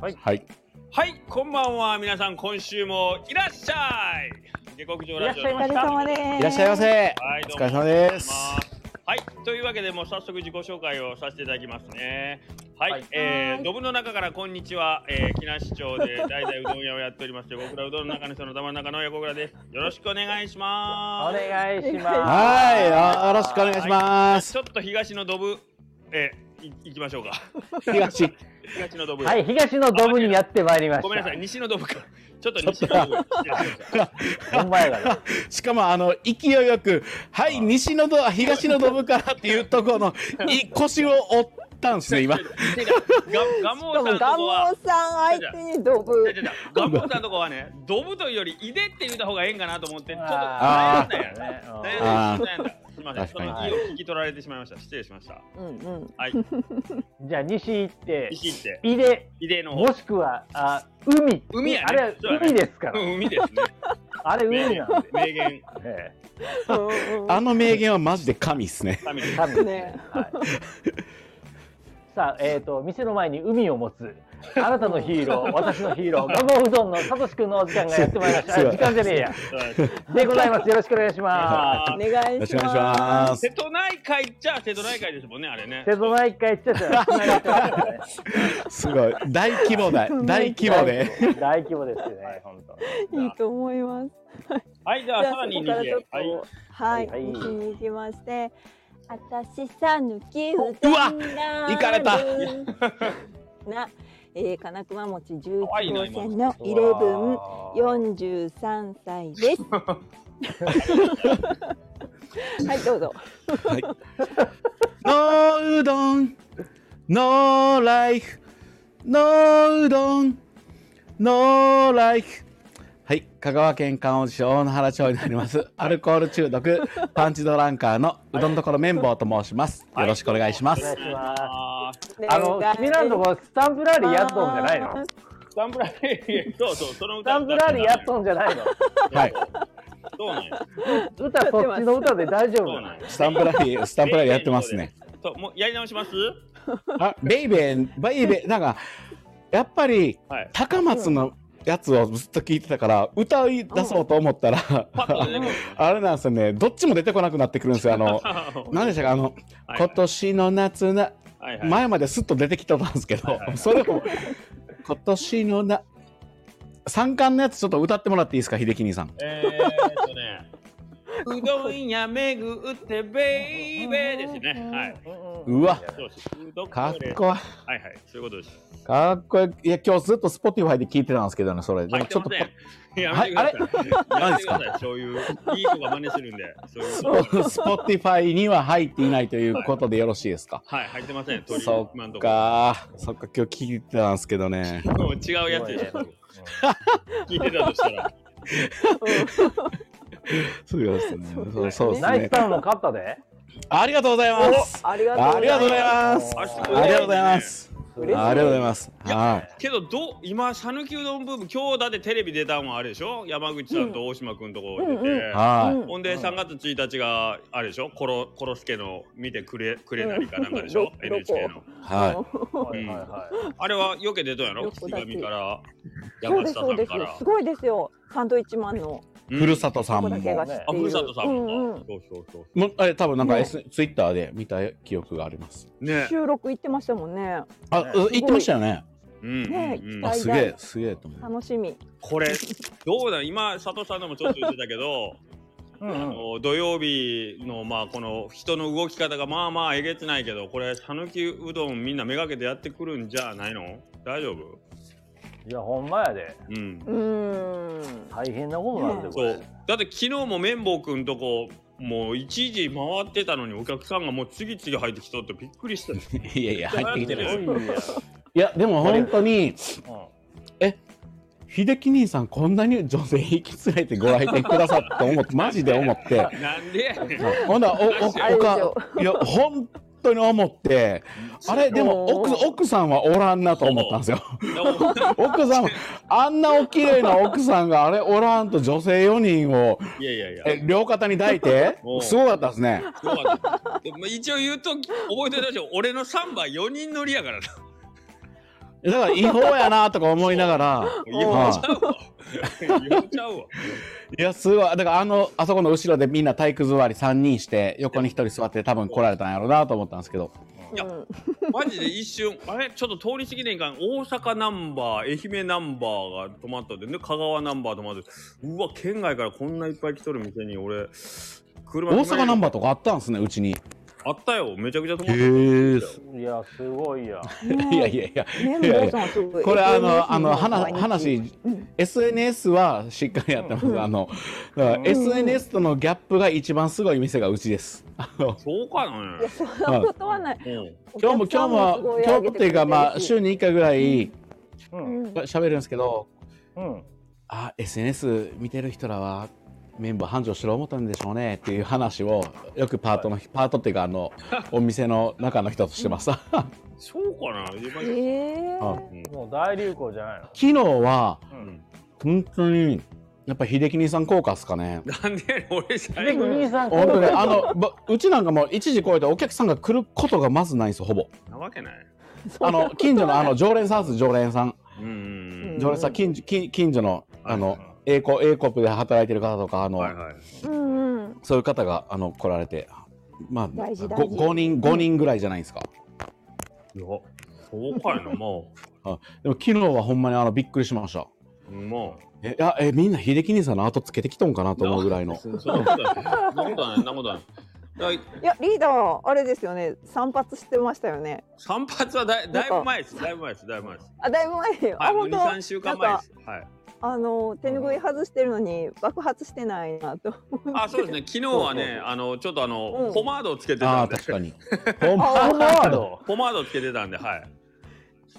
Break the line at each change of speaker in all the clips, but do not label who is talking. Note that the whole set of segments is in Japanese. はい
はい。
はい、こんばんは、皆さん、今週もいらっしゃい。下克上ラジオ
い
の
らっしゃいました
は
です
いらっしゃいませ。
い、どう
お疲
も
れ様です。
はい、というわけで、もう早速自己紹介をさせていただきますね。はい、
はい
え
はー
ー、
い
ドブの中からこんにちは、えー、木梨町で代々うどん屋をやっております。横倉うどんの中の人の玉の中の横倉です。よろしくお願いし
お
ます。
願いします。
はい、あよろしくお願いします。
ちょっと東のドブ、えー、い行きましょうか。
東。
東のドブ。
はい、東のドブにやってまいりました。
ごめんなさい、西のドブか。ちょっと西のドブ。
ほんまやから。
しかもあの勢いよく、はい、西のど、東のどぶからっていうところの、 い、腰を折ったんですね、今。
ガモ
で
さん
もガ
とこ
モ
は。
さん相手にド ブ
違う違うガモさんとこはね、ドブというより、いでって言った方がええんかなと思って、ちょっと悩
あ
んだよね。
ー
悩ん
ね
だ
あー
悩んだすみません、
確
そ
かに
の意を聞き取られてしまいました。失礼しました。
うんうん
はい、
うんじゃあ、西行って、
石って、
井出、
いでの方
も。しくは、あ、海。
海やね
あれは
そうやね
海ですか
う
ら。
ん海ですね。
あれ海なんで。
名言、
え
うん
あの名言はマジで神っすね。
神で
え
す。
多分
ね
はいさあ、えっ、と、店の前に海を持つ。あなたのヒー ロー、私のヒーロー、ガモうどんのさとしくんのお時間がやってまいりました。
す
あ
ごい
時間じゃねえや。でございます。よろしくお願いします。
お願
よろ
い
し
し
くお願いし
ま
ますす
瀬。戸内海っちゃ瀬戸内海ですもんね、あれね。
瀬戸内海行っちゃったら繋がってますよね。
すごい、大規模 だ、大規模で。
大規模ですよね。
いいと思います
はい、じゃあ、
じゃ
さ
あ
らに
そこ
二
からち
で
ょっ。
はい。
とはい
はい
西に行きまして私さぬきうどん
うわ
な
行かれた
な、えー、金熊餅11
可愛いな
号
今
線のイレブン43歳です。はい、どうぞ。
ノーうどん、ノーライフ、ノーうどん、ノーライフ。はい、香川県観音市大野原町になります。アルコール中毒、パンチドランカーのうどんどころ綿棒と申します。よろしくお願いしま
お願
す
い。しま
あー
す。あの、君らのところスタンプラリーやっとんじゃないのス
スタンプラリー、 そうそう、その歌。
タンプラリーやっとんじゃないの
はい、
そうなんよ。
歌そっちの歌で大丈夫
そ
な
うなん
の
よ。
スタンプラリー、スタンプラリーやってますね。
そう、もうやり直します。
あ、ベイベー、ベイベー、なんか、やっぱり
はい。
高松のやつをずっと聞いてたから、歌い出そうと思ったら、
パッと出てくる。
あれなんですよね、どっちも出てこなくなってくるんですよ。あ の、何でしたか、あの、
はい
今年の夏な、
はいはい
前まですっと出てきてたんですけど、
はいはいは い
それを、今年のな、三冠のやつちょっと歌ってもらっていいですか、秀樹兄さん。
えーっ とね。うどんやめぐってベイベーですね。はい。
うわ、
そうです。うどん
かっ
です
こい
はいはい。そういうことです。
い。かっこいい。いや、今日ずっと Spotify で聞いてたんですけどね、それ。で
入
も
っ
ち
て
ょっ
ま
と、
せん。やめてください。やめてくだ
何
さい。そういういい子が真似するんで。そういうこと。
Spotify には入っていないということでよろしいですか。
はい、入ってません。鳥
そ
今のと
っ
ころ。
か、そっか、今日聞いてたんですけどね。
もう違うやつでしょ。 聞いてたとした ら。
そうですね。そうそうです
ナイ
ね
ス。タウンも勝ったで。
ありがとうございます。
ありが
ありがとうございますす。
あすごい
ありがとうございます。
嬉しい
ありがとうございます。はい。
けどどう今讃岐うどんブーム今日だってテレビ出たんはあれでしょ山口さんと大島君とこ出て、
うんうん
はい。
うん
ほんで3月1日があれでしょコロコロスケの見てくれくれなりかなんかでしょ、
うん
NHK の
は
はい
い。
はいはい。
あれはよけ出とんやろ
横
月
立ち
上から
そう
山
ですそ
下さ
うんです
から
すごいですよサンドイッチマンの
うん
ふるさとさ
ここ
んも。
だけが知っている
あふるさとさんも、
うんうん
そうそうそう
もうあれ多分なんか
ね
S ツイッターで見た記憶があります。
ね
収録行ってましたもんね
あ、う
い
言ってましたよね。
うんうん
ね
うん
期
あ、
待
すげえすげえと思う。
楽しみ
これどうだ今佐藤さんのもちょっと言ってたけ ど
うん
あ
うん。
の土曜日のまあこの人の動き方がまあまあえげつないけどこれ讃岐うどんみんなめがけてやってくるんじゃないの大丈夫
いや、ほんまやで。
うん
うーん
大変なことなんで、こ
そ
れ
う。だって昨日も綿棒くんとこもう一時回ってたのにお客さんがもう次々入ってきとってびっくりしたよ
いやいや 入ってきて
す
な
ご
いです。
いやん。
いやでも本当に
うん
秀樹兄さんこんなに女性引き連れてご来店くださったと思 ってマジで思って。
なんでやねん
ほんだらおおお
あ
れでし
か
ょ
いや本当に思ってあれでも奥奥さんはおらんなと思ったんですよ。奥さんもあんなお綺麗な奥さんがあれおらんと女性4人を
いやいやいや
え両肩に抱いて
おう
すごかったですね
よかったでも一応言うと覚えてたでしょ俺の3番4人乗りやからな
だから違法やなとか思いながら
言っちゃうわ。言っちゃうわ。
いやすごいだからあのあそこの後ろでみんな体育座り3人して横に1人座って多分来られたんやろうなと思ったんですけど
いや
うん
マジで一瞬、あれちょっと通り過ぎねんかん大阪ナンバー、愛媛ナンバーが止まっとって、で、香川ナンバー止まっとって、うわ、県外からこんないっぱい来とる店に、俺、車
大阪ナンバ
バ
ーとかあったんすねうちにへ
ーあったよ、めちゃくちゃ止まっとる。
え
いやすごいや。
いや
ね
いやいや
え、メンバーさんすごい。
これあのあの
毎日
話話 SNS はしっかりやってます、あのだから
うん
SNS とのギャップが一番すごい店がうちですあの
そうかな、
いや、そんなことはない。
うん。
今日も
お客
今
さ
日
ん
も
すご
今
上げ
日っていう
くれる
か
し
まあ週に1回ぐらい
う
うんん
喋るんですけど
うん。
あ SNS 見てる人らはメンバー繁盛しろ思ったんでしょうねっていう話をよくパートのパートっていうかあのお店の中の人としてます昨
そうかな、今
ええ
あ
もう大流行じゃないの。
日は
うん。
本当にやっぱ秀樹兄さん効果ですかね
なんで俺
で
最後
兄さん
本当ねあのばうちなんかもう1時超えてお客さんが来ることがまずないんですよほぼ
なわけない。
あの近所のあの常連さんです常連さん
うんうん
常連さん近所近近所のあ
は
の
いはい
A コ A コープで働いてる方とかあ
う
の、
ん。はいはい。
うんうん。
そういう方があの来られて、まあ、
大事
ご
大事
5人5人ぐらいじゃないですか。
いや、そうかいな、も
でも昨日はほんまにあのびっくりしました。
う。も。
えいやえみんな秀樹兄さんの後つけてきとんかなと思うぐらいう の。
そうそうだよそんなことない、そんなことない。だい
いや、リーダー、あれですよね。散髪してましたよね。
散髪はだいだいぶ前です、だいぶ前です、だいぶ前です。
あ、だいぶ前よ。
は
あ、
い、もう
本
2、
当。
3週間前です。はい。
あの、手拭い外してるのに、爆発してないなと。
あ、そうですね、昨日は
そうそう
ね、あの、ちょっとあ
う
の
ん、
ポマードをつけて
あ
た
あ
んで
確、かに。 ほんま
あ
あ
そんなワード。
ポマードをつけてたんで、はい。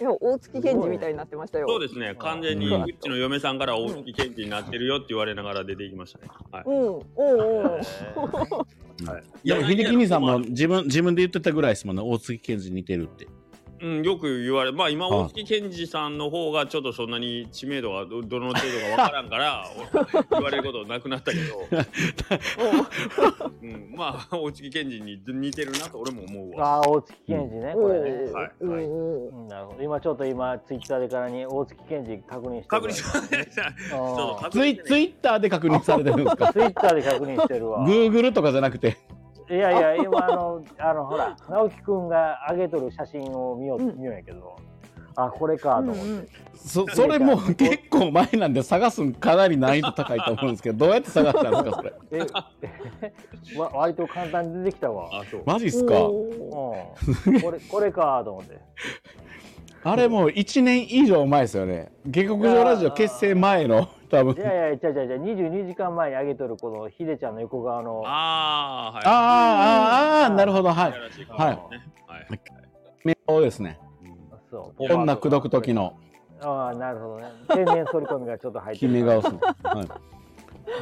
いや、大月健二みたいになってましたよ。
そうですね、完全に
うん
うちの嫁さんから大月健二になってるよって言われながら出ていきましたね。はい。
うん、うん、うん。
いや
でも秀樹兄さんも
ポマー
自分自分で言ってたぐらいですもんね大月健二似てるって。
ドうん、よく言われ、まあ今、
はい
大月健二さんの方がちょっとそんなに知名度がどどの程度かわからん から、言われることなくなったけ ど、うん、まあ、大月健二に似てるなと俺も思うわ。
ああ大月健二ねこれね。
はい
うん、うん。
うんなるほど。今ちょっと今ツイッターでからに大月健二確認してる。
確認しました。
あー
そう確
ツ
認
イ
してね
ツイッターで確認されてるんですか。
ツイッターで確認してるわ。
グーグルとかじゃなくて。
いやいや今あのあのほら直樹くんが上げとる写真を見よう、
うん
見ようんやけど。あこれかと思って。
うんうん
そそれもう結構前なんで探すんかなり難易度高いと思うんですけどどうやって探したんですかそれ。
えわ割と簡単に出てきたわ。
あ、そう。
マジっすか。
うん
おー
これこれかと思って。
あれもう1年以上前ですよね。下克上ラジオ結成前の多
い
分。
やいや、じゃじゃじゃ、二十二時間前に上げとるこのヒデちゃんの横側の。
ああ、はい。
あーあーあーあーなるほど
は
はいい。
はい。はい。
名簿ですね。
そう。
こんな口説く時
の。
の
ああ、なるほどね。天然反り込みがちょっと入って
決め顔っすね。はい。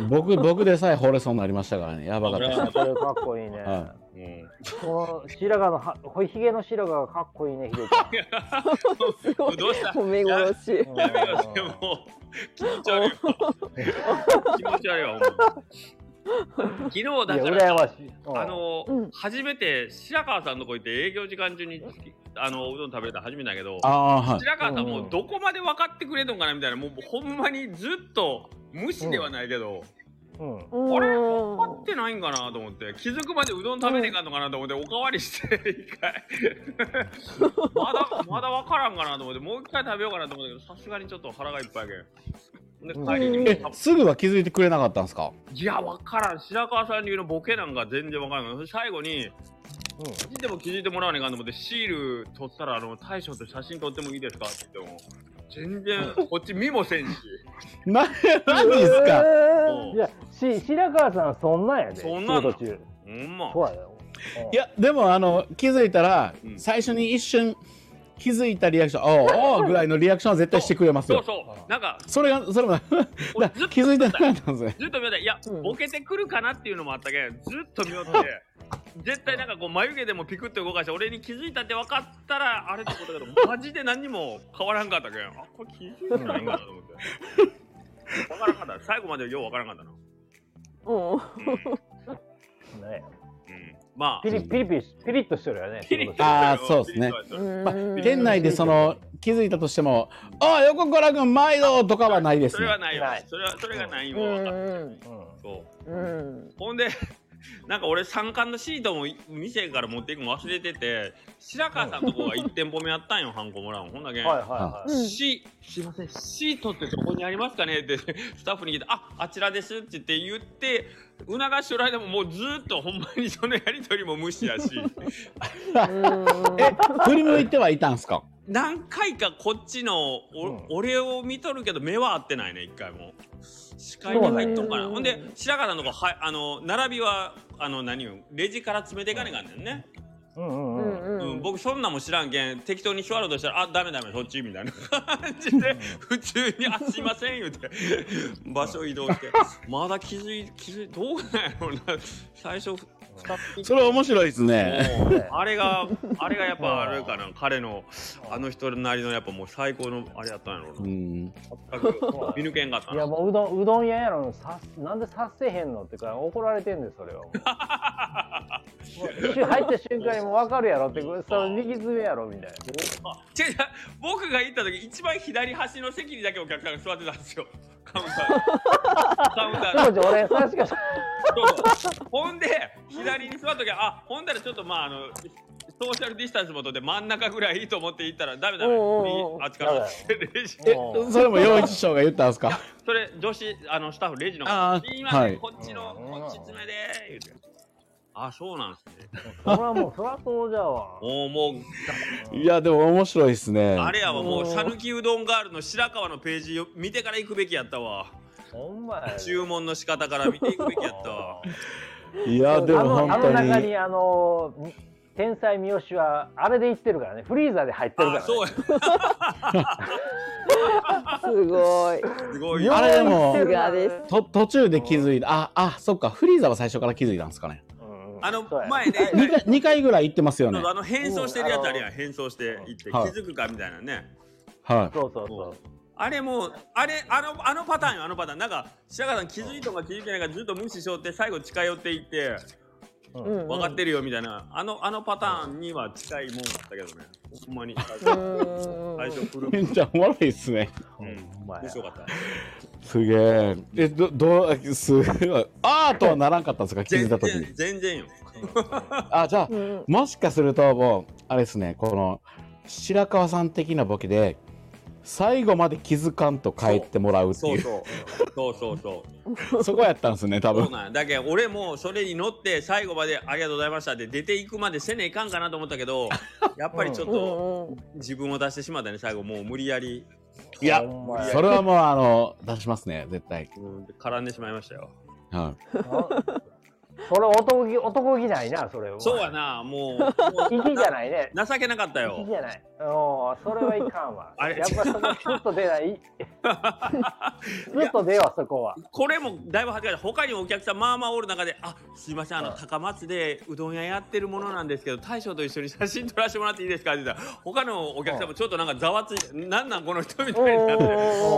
僕僕でさえ惚れそうになりましたからね。やばかったです。
あそれかっこいいね。
は
うん
この白髪のは、これひげの白髪がかっこいいね、ヒデちゃん。
すごい。
どうした
褒め殺し。
うん
やめようで も気持ち悪いわ。気持ち悪いわ。 ほんまに昨日だ
い
か
や、羨
ら
ましい。うん
あ、の
うん
初めて白川さんのとこ行って営業時間中にあのうどん食べれたの初めてだけど
あ。あーはい。
白川さん
う
も
ん
どこまで分かってくれとんかなみたいなもうほんまにずっと無視ではないけど、
う
うん。
ん
あれ分かってないんかなと思って気づくまでうどん食べねえかんのかなと思っておかわりして一回まだまだ分からんかなと思ってもう一回食べようかなと思ったけどさすがにちょっと腹がいっぱいやけんで帰りにも
えすぐは気づいてくれなかったんですか。
いや分からん白川さん流のボケなんか全然分からんから最後にでも気づいてもらわねえかんと思ってシール取ったらあの大将と写真撮ってもいいですかって言っても全 然こっち見もせんし
な何ですか。
う
うん。いや、し、白川さん、そんなんやで。
そんなんなの
仕事中。
ほんま
そうやよ。うん
いやでもあの気づいたら
うん
最初に一瞬気づいたリアクションおーおーぐらいのリアクションは絶対してくれます
そう
よ。
そうなんか
それがそれも
俺ずっと
気づいてなかったんですね。
ずっと見よったいや、
うん
ボケてくるかなっていうのもあったけんずっと見よって絶対なんかこう眉毛でもピクッと動かして俺に気づいたって分かったらあれってことだけどマジで何にも変わらんかったけんあこれ気づいてないんかなと 思って分からんかった最後までよう分からんかったな、
ん。うん。
うん
ね
うん まあ
ピリピリピリピリッとしてるよね。
ピリッとしたよ
あーそうですねまあ、店内でその気づいたとしても「ああ横倉君毎度!」とかはないです
それ
ね
はないわ
ない
それはそれがないよ、
うん
う
そう
うん
ほんで、 なんか俺、三冠のシートも店から持っていくの忘れてて、白川さんとこが1店舗目あったんよ、ハンコもらうのほんだけ
ん。はいは
うん
シすいません、シートってどこにありますかねって、スタッフに聞いて、ああちらですって言って、言って、促してる間ももうずっとほんまにそのやりとりも無視やし、
うん
振り向いてはいたんすか
何回かこっちのお、
うん
俺を見とるけど、目は合ってないね、一回も。視界に入っとんかな。
そうなんや
ほんで、白川さんのとこは、あの、並びは、あの、何よ、レジから詰めていかねえかんねんね。
い。うんうん
う
うん。
う、
んうんん
僕そんなんも知らんけん適当に座ろうとしたら「あダメダメそっち」みたいな 感じで普通に「あすいません」言うて場所移動してまだ気づい気づいどうなんやろうな最初使って
それ面白いですね
あれがあれがやっぱあれかな彼のあの人なりのやっぱもう最高のあれやったんやろう
う
な、
ん
全く見抜けんかった
いや
な
もううどんうどん屋やろさなんでさせへんのってから怒られてんねんそれをもう 一瞬入った瞬間にもう分かるやろってその右詰めやろみたい
違う違う僕が行った時一番左端の席にだけお客さんが座ってたんですよカウンターにカウンターに
な当時俺それしか し
そうそうほんで左に座っときゃあほんだらちょっとまああのソーシャルディスタンスもとって真ん中ぐらいいいと思って行ったらダメダメ
おうおうおう
右あっちからレジ
え
もう
それも陽一師匠が言ったんすか
それ女子あのスタッフレジの
あ
「
ー
すいません、
はい
こっちのこっち詰めで」言うてあそうなんすね
それはもうそらそうじゃわ
もうも
いやでも面白いですね
うあれやわもう
おー
讃岐うどんガールの白川のページを見てから行くべきやったわ
ほんまや
注文の仕方から見ていくべきやったわ
いやで
あ
も
のあ
本当
の中
に
にあの天才三好はあれで言ってるからねフリーザーで入ってるから、
あ
ね、
そうや
すごい
すごい
あれでも
さすがです
と途中で気づいたああそっかフリーザは最初から気づいたんですかね
うんうん
あの
そうや
前ね
2回二回ぐらい行ってますよね
あの変装してるやつあるやん変装していって気
はい
づくかみたいなね
は
そうそうそう
あれもうあれあのあのパターンよあのパターンなんか白川さん気づいとんか気づいてないからずっと無視しようって最後近寄っていって
うん
分かってるよみたいなあのあのパターンには近いもんだったけどねほんまに最初
うん
最初古
いめ
い
っちゃおもろいっすね
ほんまや
面白かった
すげええどどうすごいあーとはならんかったんですか気づい
全
た時に
然全然よ
あじゃあ
うん
もしかするともうあれですねこの白川さん的なボケで最後まで気づかんと帰ってもらうって
そ
いうう
そうそうそうそ う
そこやったんですね多
そう
分
なんやだけど俺もそれに乗って最後まで「ありがとうございました」って出ていくまでせねえかんかなと思ったけどやっぱりちょっ
う
と
んうん
自分を出してしまったね最後もう無理やり
いや
ほんまや
それはもうあの出しますね絶対、
うん絡んでしまいましたよ
は
な それ男気男気ないなそれは
そうやなもうも
息
う
じゃない ね
情けなかった
息
よ
じゃないおそれはいかんわ
あれ
やっぱそこスッと出ない スッと出ようそこは
これもだいぶ恥ずかしい他にお客さんまあまあおる中で「あすいませんあの
はい
高松でうどん屋やってるものなんですけど大将と一緒に写真撮らせてもらっていいですか?」って言ったら他のお客さんもちょっとなんかざわついて「なんなんこの人」みたいになって。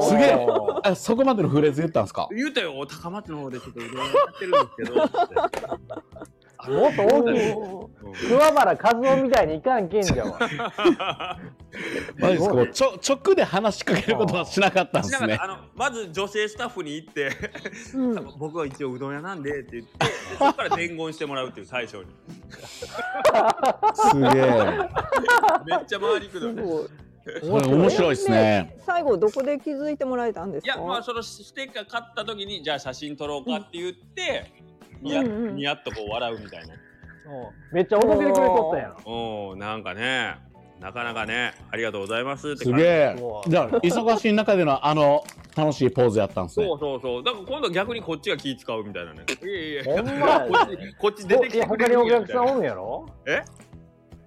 すげえ
お
い、あそこまでのフレーズ言ったんですか
言うたよ高松の方でちょっとうどん屋やってるんですけどって
ーもっと大きい桑原和夫みたいにいかんけんじゃわ
マジですかもうちょ直で話しかけることはしなかったんで
しな
す
が
ね
らあのまず女性スタッフに行って
うん
「僕は一応うどん屋なんで」って言ってでそこから伝言してもらうっていう大将に
すげえ
めっちゃ回りくどい
すごい
これ面白いですね
最後どこで気づいてもらえたんです
い
か
やまあそのステッカー買った時にじゃあ写真撮ろうかって言って、
ん
ニヤ
うんうん
ニヤっとこう笑うみたいな
めっちゃ男気でくれとったやん
おーなんかねなかなかねありがとうございますっ
す
て感
げ
じ
え
うわ
じゃあ忙しい中でのあの楽しいポーズやったんですね
そうそうそうだから今度逆にこっちが気使うみたいなねいやいやい
ほ
や
んまや
こっちこっち出てき
い
て
や
く
他
れ
に
る
お
んやみ
客
たい
さん
な
おるんやろ
え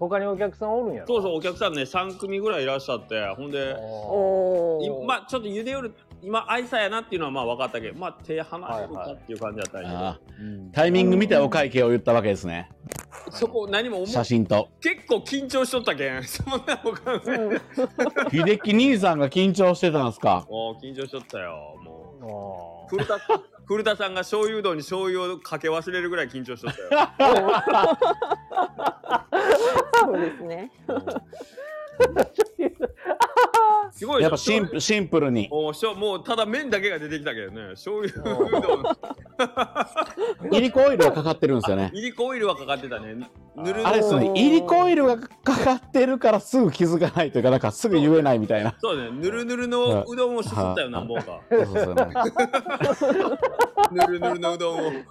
他にお客さんおるんやろ
そうそうお客さんね3組ぐらいいらっしゃってほんで
お
おー
まあちょっとゆでよる今愛さやなっていうのはまあ分かったけどまあ手離れるかっていう感じだったんやけど、
あータイミング見てお会計を言ったわけですね
そこ何も思う
写真と
結構緊張しとったけん そんなおかんない
秀樹兄さんが緊張してたんですか
もう緊張しとったよ。も
ーお
う
ー
古田古田さんが醤油うどんに醤油をかけ忘れるぐらい緊張しとった よ
そうですね。
すごい
や
でしょ
っぱシンプシンプルに
もうしょもうただ麺だけが出てきたけどね醤油うどん
いりこオイルがかかってるんですよね
いりこオイルはかかってたねぬる
あれです
お
ね
ー
いりこオイルがかかってるからすぐ気づかないというかなんかすぐ言えないみたいな
そうだねぬるぬるのうどんをすすったよ
は
なんぼうか
そうそうそうなんか
ぬるぬるのうどんを
美味し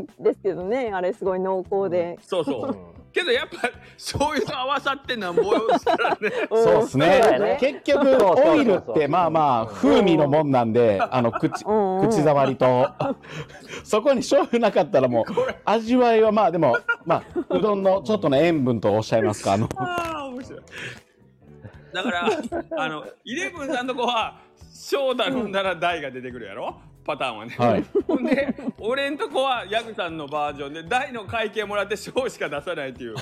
いですけどね、あれすごい濃厚で。
そう そうけどやっぱ醤油と合わさってなんぼよしたらね
そうです
そうだ
ね
ね。
結局
そうそうそうそう
オイルってまあまあ風味のもんなんで、あの口
うんうん
口触りとそこに醤油なかったらもう味わいはまあでもまあうどんのちょっとの塩分とおっしゃいますかあの
ああ面白いだから あのイレブンさんの子は翔太飲んだら大が出てくるやろパターンはね、
はい
ほんで俺んとこはヤグさんのバージョンで大の会計もらって翔しか出さないっていう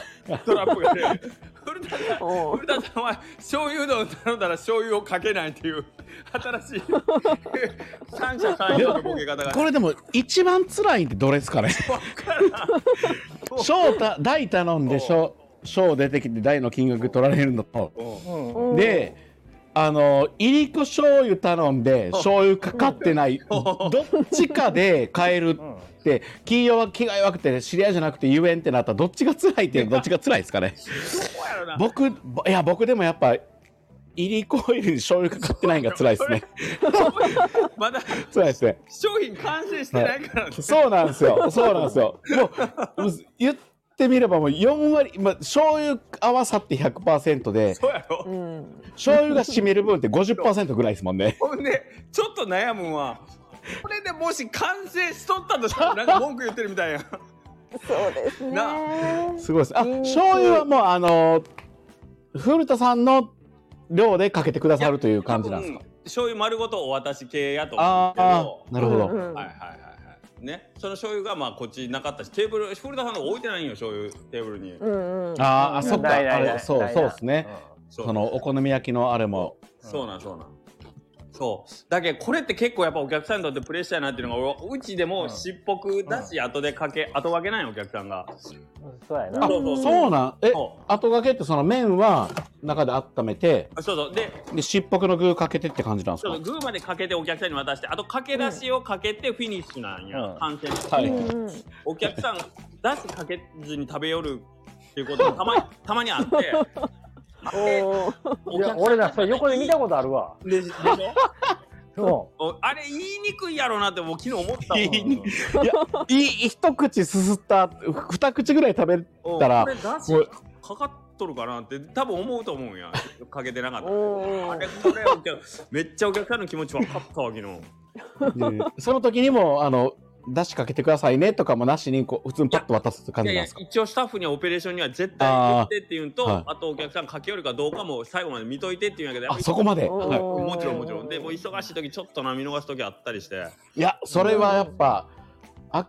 トラップが ね古田さん
お
古田さんは醤油うどん頼んだら醤油をかけないっていう新 しい三者三様のボケ方が
これでも一番辛いんってどれですかね翔太大頼んで翔翔出てきて大の金額取られるのと
うんうん
お。
であのいりこ醤油頼んで醤油かかってないどっちかで買えるって金曜は気が弱くて知り合いじゃなくて遊園ってなったらどっちが辛いっていうのどっちが辛いですかね
そうやろな
僕いや僕でもやっぱいりこオイルに醤油かかってないのが辛いですね
まだ
辛いですね
商品完成してないからね
そうなんで すよそうなんですよもうもう言ってみればもう4割、まあ、醤油合わさって100%で
そうやろ
うん。
醤油が占める分って50%ぐらいですもんね
ほんでちょっと悩むんはこれでもし完成しとった としたらなんか文句言ってるみたいやん
そうですね。
な
すごいですあ
ニンニク
醤油はもうあの古田さんの量でかけてくださるという感じなんですか
多分醤油丸ごとお渡し系やと思
あ
うけ
あ
ど
ーなるほど、
うんうん
はいはいはいはいねその醤油がまあこっちなかったしテーブル古田さんの方置いてないんよ醤油テーブルに
うんうん。
あーあそっか
ないない
あ
ない
れそう
ない
そう
な
ですね
そ
そのお好み焼きのあれも
そうなんそうなんそうだけどこれって結構やっぱお客さんにとってプレッシャーになってるのが俺うちで
う
も
ん
しっぽくだし後でかけ後分けないのお客さんが
うんそうや
あ
な。
そうそうそう
そうなんえ
そう
後掛けってその麺は中で温めて
あそうそうで
でしっぽくの具かけてって感じなんです
ちょ
か
っとグーまでかけてお客さんに渡してあとかけ出しをかけてフィニッシュなんや、
うん
完成
は
う
い
んうん。
お客さんだしかけずに食べよるっていうことがたまにたまにあって
おー
いや俺らそれ横で見た
こ
ことあるわ。
とでしょ
そ
おあれ言いにくいやろうなってもう昨日思ったもん
言いにいい一口すすった二口ぐらい食べ
お
たら
これだし
もう
かかっとるかなって多分思うと思うんやかけてなかった
お
あれ
ー。
これお客めっちゃお客さんの気持ち分かったわ昨日
でその時にもあの出しかけてくださいねとかもなしにこう普通にパッと渡す感
い
じなん
やいや
ですか
一応スタッフにはオペレーションには絶対言ってっていうんと
あー
あ,、
はい
とお客さん駆け寄るかどうかも最後まで見といてっていうんやけどやっ
あ
ぱ
そこまで、
おー
はい
もちろんもちろんでもう忙しい時ちょっとな見逃す時あったりして
いやそれはやっぱあ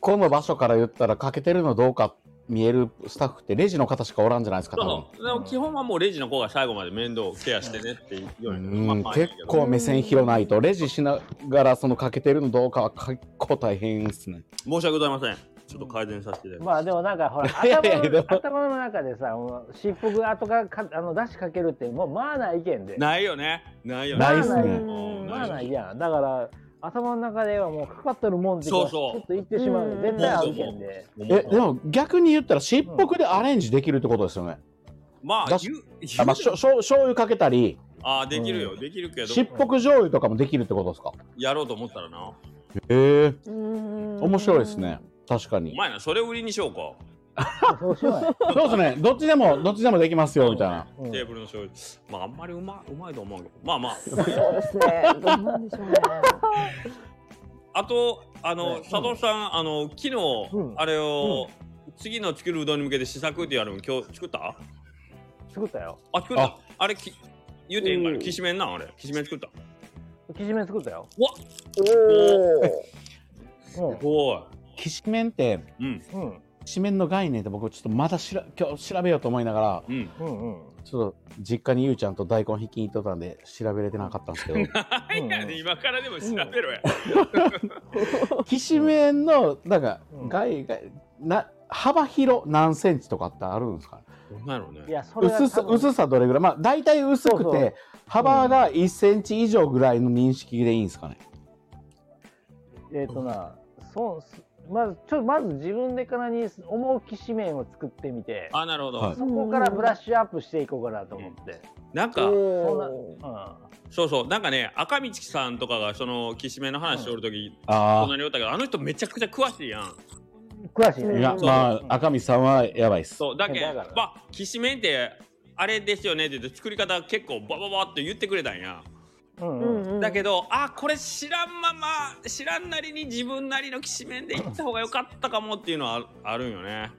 この場所から言ったら欠けてるのどうか見えるスタッフってレジの方しかおらんじゃないですか
そう
多
そうでも基本はもうレジの子が最後まで面倒ケアしてねっていうよう
分
に
うん結構目線広ないとレジしながらその欠けてるのどうかは結構大変ですね
申し訳ございませんちょっと改善させていただ
う。
きます
まあでもなんかほら
いやい
頭
やでも
の頭の中でさ、もう私服後からかあの出汁かけるってもうまあない意見で。
ないよねないよね
ない
っ
っすね
うん
まあないやん。だから頭の中ではもうかかってるもんって
そうそう
ちょっと言ってしまう
うん
の絶対あるけんで。
えでも逆に言ったらしっぽくでアレンジできるってことですよね、
まあ
だし
言う言
あ
う
まあ、しょしょ醤油かけたり
あーできるよできるけど
しっぽく醤油とかもできるってことですか
やろうと思ったらな
へえ面
面
白いですね。確か
お
に
前らそれ売りにしようか
そうしようや
そうですねどっちでもどっちでもできますよみたいな
うん
テーブルの醤油まああんまりうまうまいと思うけどまあまあ
そうですね。どうなんでしょうね。
あとあ
ね
の、佐藤さんあの昨日、
うん
あれを、次の作るうどんに向けて試作ってやるの今日作った
作ったよ。
あ作った
あ
あれき言うていいんか
う
なんきしめんなんあれきしめん作った
きしめん作ったよ。
おお。
う
おい
きしめんって
うん
ん。うん。
紙面の概念って僕ちょっとまだしら今日調べようと思いながら
うん。
うんうん。
ちょっと実家にゆうちゃんと大根引きに行っとったんで調べれてなかったんですけど
はいやね、今からでも調べろや。
きしめんのなんか
うん
外外な幅広何センチとかってあるんですか
どんなのね
い。や、それが
薄さ
多分
薄さどれぐらいまあ大体薄くて
そうそう
幅が1センチ以上ぐらいの認識でいいんですかね
えっ、とな、そう、すまず、ちょっとまず自分でからに思うきしめんを作ってみて、
あ、なるほど。
はい
そこからブラッシュアップしていこうかなと思って。
なんか、
そんな、
おー
う
そうそう、なんかね、赤道さんとかがそのきしめんの話しておる時、
あ
隣におったけど、あの人めちゃくちゃ詳しいやん。
ん。詳しい
あ
ね。
いや
うん
まあ赤身さんはやばいっす
そう、だけ
だから
まあ、きしめんって、あれですよねって言って、作り方結構バババって言ってくれたんや。
うん
う
うん
んうん
だけど、あ、これ知らんまま、知らんなりに自分なりのきしめんで行った方が良かったかもっていうのはああるんよね。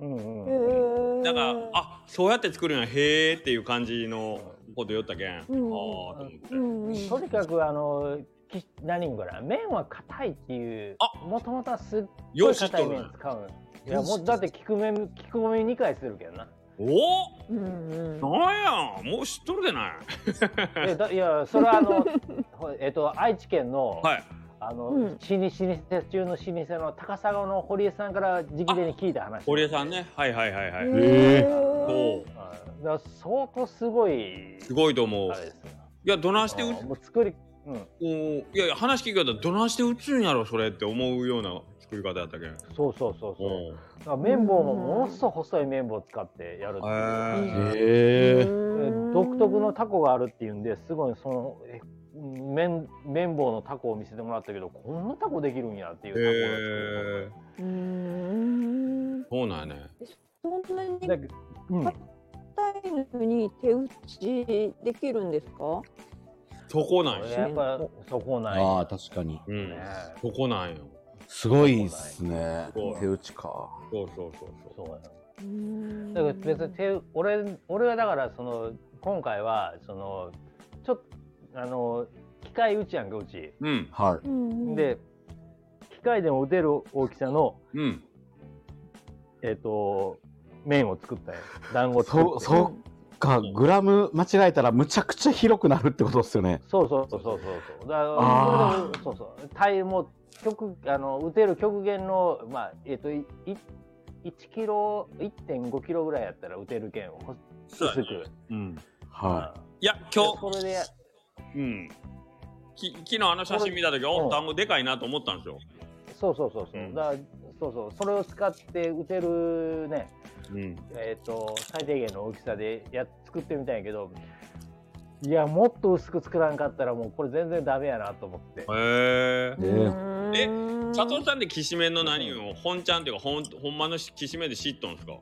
うん
え
うん
ー
だから、あ、そうやって作るんや、へーっていう感じのこと言ったけん。ああー、と
ん
思って。
うんうん
とにかくあのき何もかな麺は硬いっていう
あ
もともとはすっご
よ
い
し知っ
硬
と
い
る
麺
な。
使うのいやもうだって聞く麺聞く麺2回するけどな
おお
うんうん
なんやもう知っとるでない。
えだいやそれはあ のほえっと愛知県の、
はい。
あの、
うん
老舗中の老舗の高砂の堀江さんから直伝に聞いた話
堀江さんね。はいはいはいはい。
へー
おう
うんだから相当すごい
すごいと思う
あ。れですよ
いや、どなしてう
うんもう作りうん
おーいやいや話聞いたらどないして打つんやろそれって思うような作り方やったけん
そうそうそうそう
おー
だから綿棒もものすごい細い綿棒を使ってやるっていう
へー
へえ
え
う
ー
ん
独特のタコがあるっていうんですごいそのえうん麺綿棒のタコを見せてもらったけどこんなタコできるんやっていうタコを作
へえ
る
うん
そうなんやね
そんなに
だけどうん
硬いのに手打ちできるんですか
そこなん
これ
や
やっぱそこない
ああ確かに
うん
ね
そこなんよ
すごいっすね
すごい
手打ちか
そうそうそう
そ
そ
うや
うん
だから別に手俺俺はだからその今回はそのちょっとあの機械打ちやんかうち
ううん
は
うんうん
で機械でも打てる大きさの
うん
えっ、と麺を作ったんや団子
い
作って
そそっかグラム間違えたらむちゃくちゃ広くなるってことですよね
そうそうそうそうそう。だから
あ
それでそうそう。体もう極あの打てる極限のまあえっ、といい1キロ1.5キロぐらいやったら打てる剣をほ
そう
薄
や
く
ね。うん
はい
や
い
今
それで
日うんき昨日あの写真見た時お
うん
団子でかいなと思ったんですよ
そうそうそうそう。
うん
だからそうそうそれを使って打てるね
うん
えっ、と最低限の大きさでやっ作ってみたんやけど。いやもっと薄く作らんかったらもうこれ全然ダメやなと思って
へえ
ね
うん
え佐藤さんできしめんの何を本ちゃんっていうかほんほんまのきしめんで知っとんすか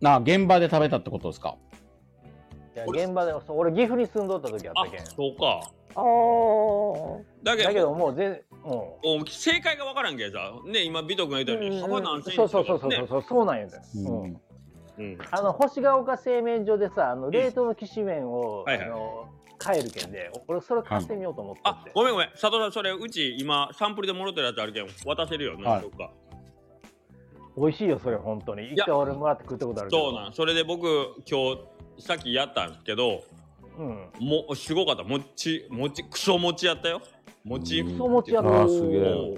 なあ現場で食べたってことですか
いや現場でそう俺岐阜に住んどった時あ
あ
ったけん
そうか
あー
だけ
だけ
ど
どもう全うん
お正解がわからんけさね今美徳が言ったように
うん
幅何センチ
そうそうそうそう
ね
そうそう、そうなんやで、うん
うん
あの星ヶ丘製麺所でさあの冷凍のきしめんを、
はいはい
あの買えるけんで俺それ買ってみようと思って
あ
て、
ごめんごめん佐藤さんそれうち今サンプルでもろてるやつあるけん渡せるよ
は
ないとか
美味しいよそれ本当に一
や
回俺もらって食ったことあるけど
そうなんそれで僕今日さっきやったんですけど
うん
もうすごかったもっちもちクソもちやったよもち
うん
そう持ちや
あ
ろ
ーすげえ
うん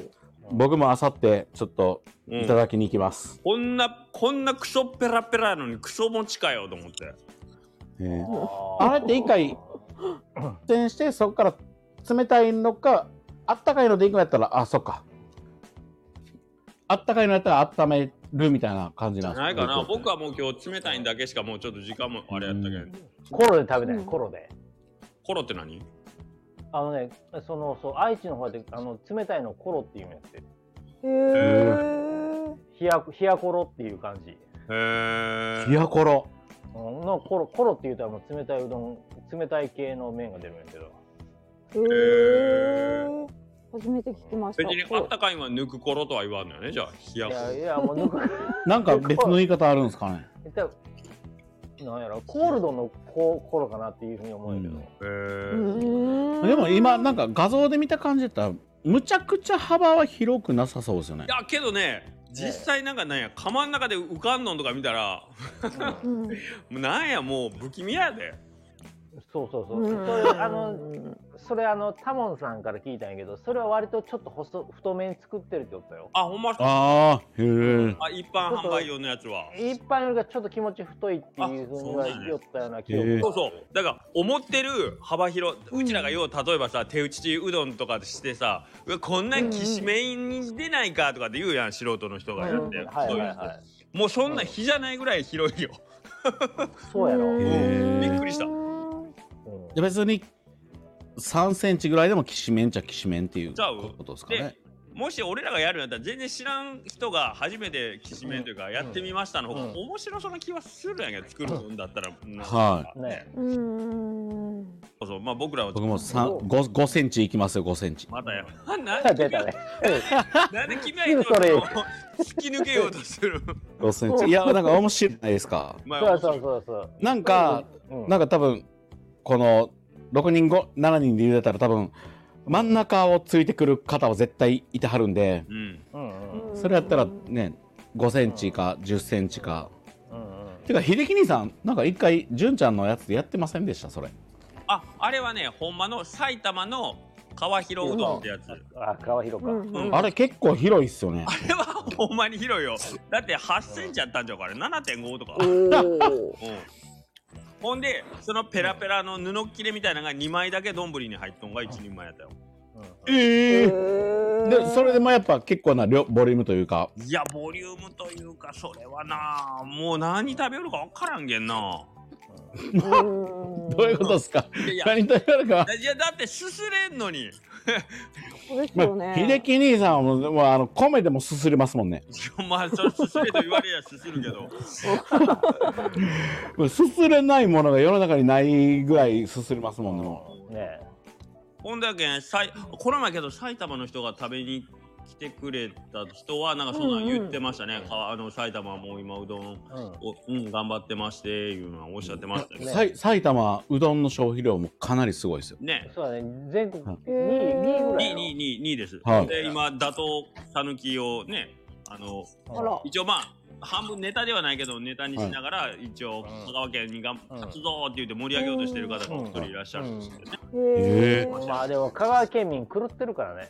僕もあさってちょっと
う
い
ん
ただきに行きます、
こんなこんなクソペラペラやのにクソもちかよと思って
ええ
ー
あれって一回発展してそこから冷たいのかあったかいのでいくんやったらあそっかあったかいのやったら温めるみたいな感じなんです
ないかな僕
は
はもう今日冷たいんだけしかもうちょっと時間もあれやったけ
うん
コロで食べな
う
い
ん
コロで
コロって何
あのねそのそう愛知の方であの冷たいのコロっていうんやって
へー
冷や冷やコロっていう感じ
へ
冷
え
やころ
うんのコロコロって言うたらもう冷たいうどん冷たい系の麺が出るんやけど
へー初めて聞きました
別にあったかいんは抜くコロとは言わんのよねじゃあ冷や
い
コ
や
ロ
いやもう抜く
なんか別の言い方あるんですかね
一体なんやろコールドのココロかなっていうふうに思うんやけど、
へ
う
ー
ーん
でも今なんか画像で見た感じだったらむちゃくちゃ幅は広くなさそうですよね
いやけどね実際なんかなんや釜の中で浮かんのんとか見たら
うん
もうなんやもう不気味やで
そうそうそう、
うん
それあのそれあのタモンさんから聞いたんやけどそれは割とちょっと細太めに作ってるって言ったよ
あほんまっすか
ああ、へえ。
あ一般販売用のやつは
一般よりかちょっと気持ち太いっていうふうには
あそうなんや
言ったような記
へえ
憶
そうそうだから思ってる幅広うちらがよう例えばさ手打ちうどんとかしてさうわこんなんきしめんでないかとかって言うやん素人の人がやって、
うんはい
そう
はいいうは
人もうそんな日じゃないぐらい広いよ、
いそうやろ、
へー
びっくりした
うん
で別に3センチぐらいでもきしめんちゃきしめんっていう
ちゃう
ことですかね。
もし俺らがやるんやったら全然知らん人が初めてきしめんというかやってみましたの方が
うん
面白そうな気はするんやけど作るんだったら、なんか
はい。
ね
うん
そうそうまあ僕らは
僕も三五五センチいきますよ5センチ。
またやなん
出たね
なんで君はいつも
それ
こう突き抜けようとする
5センチ。いやなんか面白いないですか。
ま
そうそうそうそう
なんか
うん
なんか多分この6人5 7人で入れたら多分真ん中をついてくる方は絶対いてはるんで、
うん
うんうん
それやったらね5センチか10センチか。
うんうん
てか秀樹兄さんなんか一回純ちゃんのやつでやってませんでしたそれ。
ああれはねほんまの埼玉の川広うどんってやつ、
あ川広か、
うん
あれ結構広いっすよね。
あれはほんまに広 いよだって8センチやったんちゃうから7.5とか、うん、
お
ほんでそのペラペラの布切れみたいなのが2枚だけ丼に入っとんが1人前やったよ
うん
ええ
ー
でそれでもやっぱ結構な量ボリュームというか
いやボリュームというかそれはなもう何食べよるか分からんけんな
うん
どういうことですか
いやいや
何食べるか
いやだってすすれんのに
そうです
ま
よ
あ
ね。
秀樹兄さんはもうでもあの米でもすすりますもんね
まあそれすすれと言われやすするけど
もうすすれないものが世の中にないぐらいすすりますもんねも
ね
ほんだけんさいこの前けど埼玉の人が食べに来てくれた人はなんかそんなん言ってましたね、かあの埼玉はもう今うどん
え、うん
を、うん、頑張ってましていうのはおっしゃってました
う
ね。
さい埼玉うどんの消費量もかなりすごいですよ
ね
そうだね、全国
はい
2位、2位ぐらいよ。
2位2位2位です。
はい
で今打倒さぬきをねあの
うん
あら
一応まあ半分ネタではないけどネタにしながら、一
う
応
ん
香川県にがん
うん
勝つぞーって言って盛り上げようとしてる方がお一人いらっしゃるんですけどね。
へー
まあでも香川県民狂ってるからね。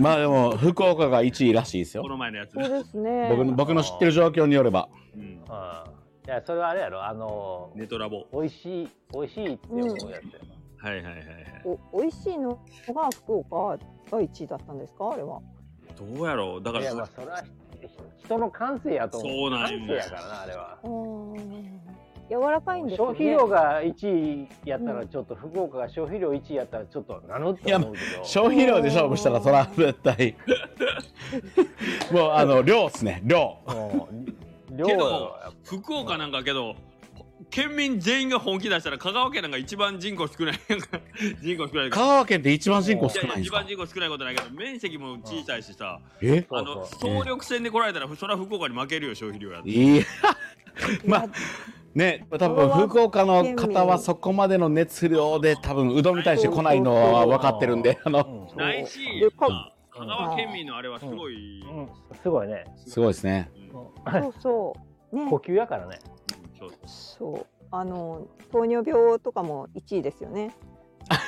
まあでも福岡が1位らしいです
こ
よ
の前のやつ
そう
ね。
ですね。
僕の僕の知ってる状況によれば
うん
うん。いや、それはあれやろ、あの、
ネトラボ。
美味しい、美味しいって思うやつやろ。
はいはいはいはい。
お美味しいのが福岡が一位だったんですかあれは。
どうやろうだか
いや、ま
ら
あそれは人の感性やと思う。
そうなん
感
よ
性やからな、あれは。
うん柔らかいんですね。
消費量が1位やったらちょっと、福岡が消費量1位やったらちょっとなのって思うけど。
消費量で勝負したらそら絶 対もうあの量っすね量
うん量
けど
は
福岡なんかけど県民全員が本気出したら香川県なんか一番人口少ない 人口少ない
香川県って一番人口
いや
少
い
な
や
いんで
一
すか
番人口少ないことないけど面積も小さいしさ
え
うん
あの
そう
そう
総力戦で来られたらそら福岡に負けるよ消費量やって
いやまあね多分
香川
福岡の方はそこまでの熱量で多分うどんに対して来ないのは分かってるんであの
うん
ないし
でか
まあ香川県民のあれはすごい、
うんすごいね。
すごいですね
うん
そうそう。ね
呼。吸やからね。
そう
そう。あの糖尿病とかも一位ですよね。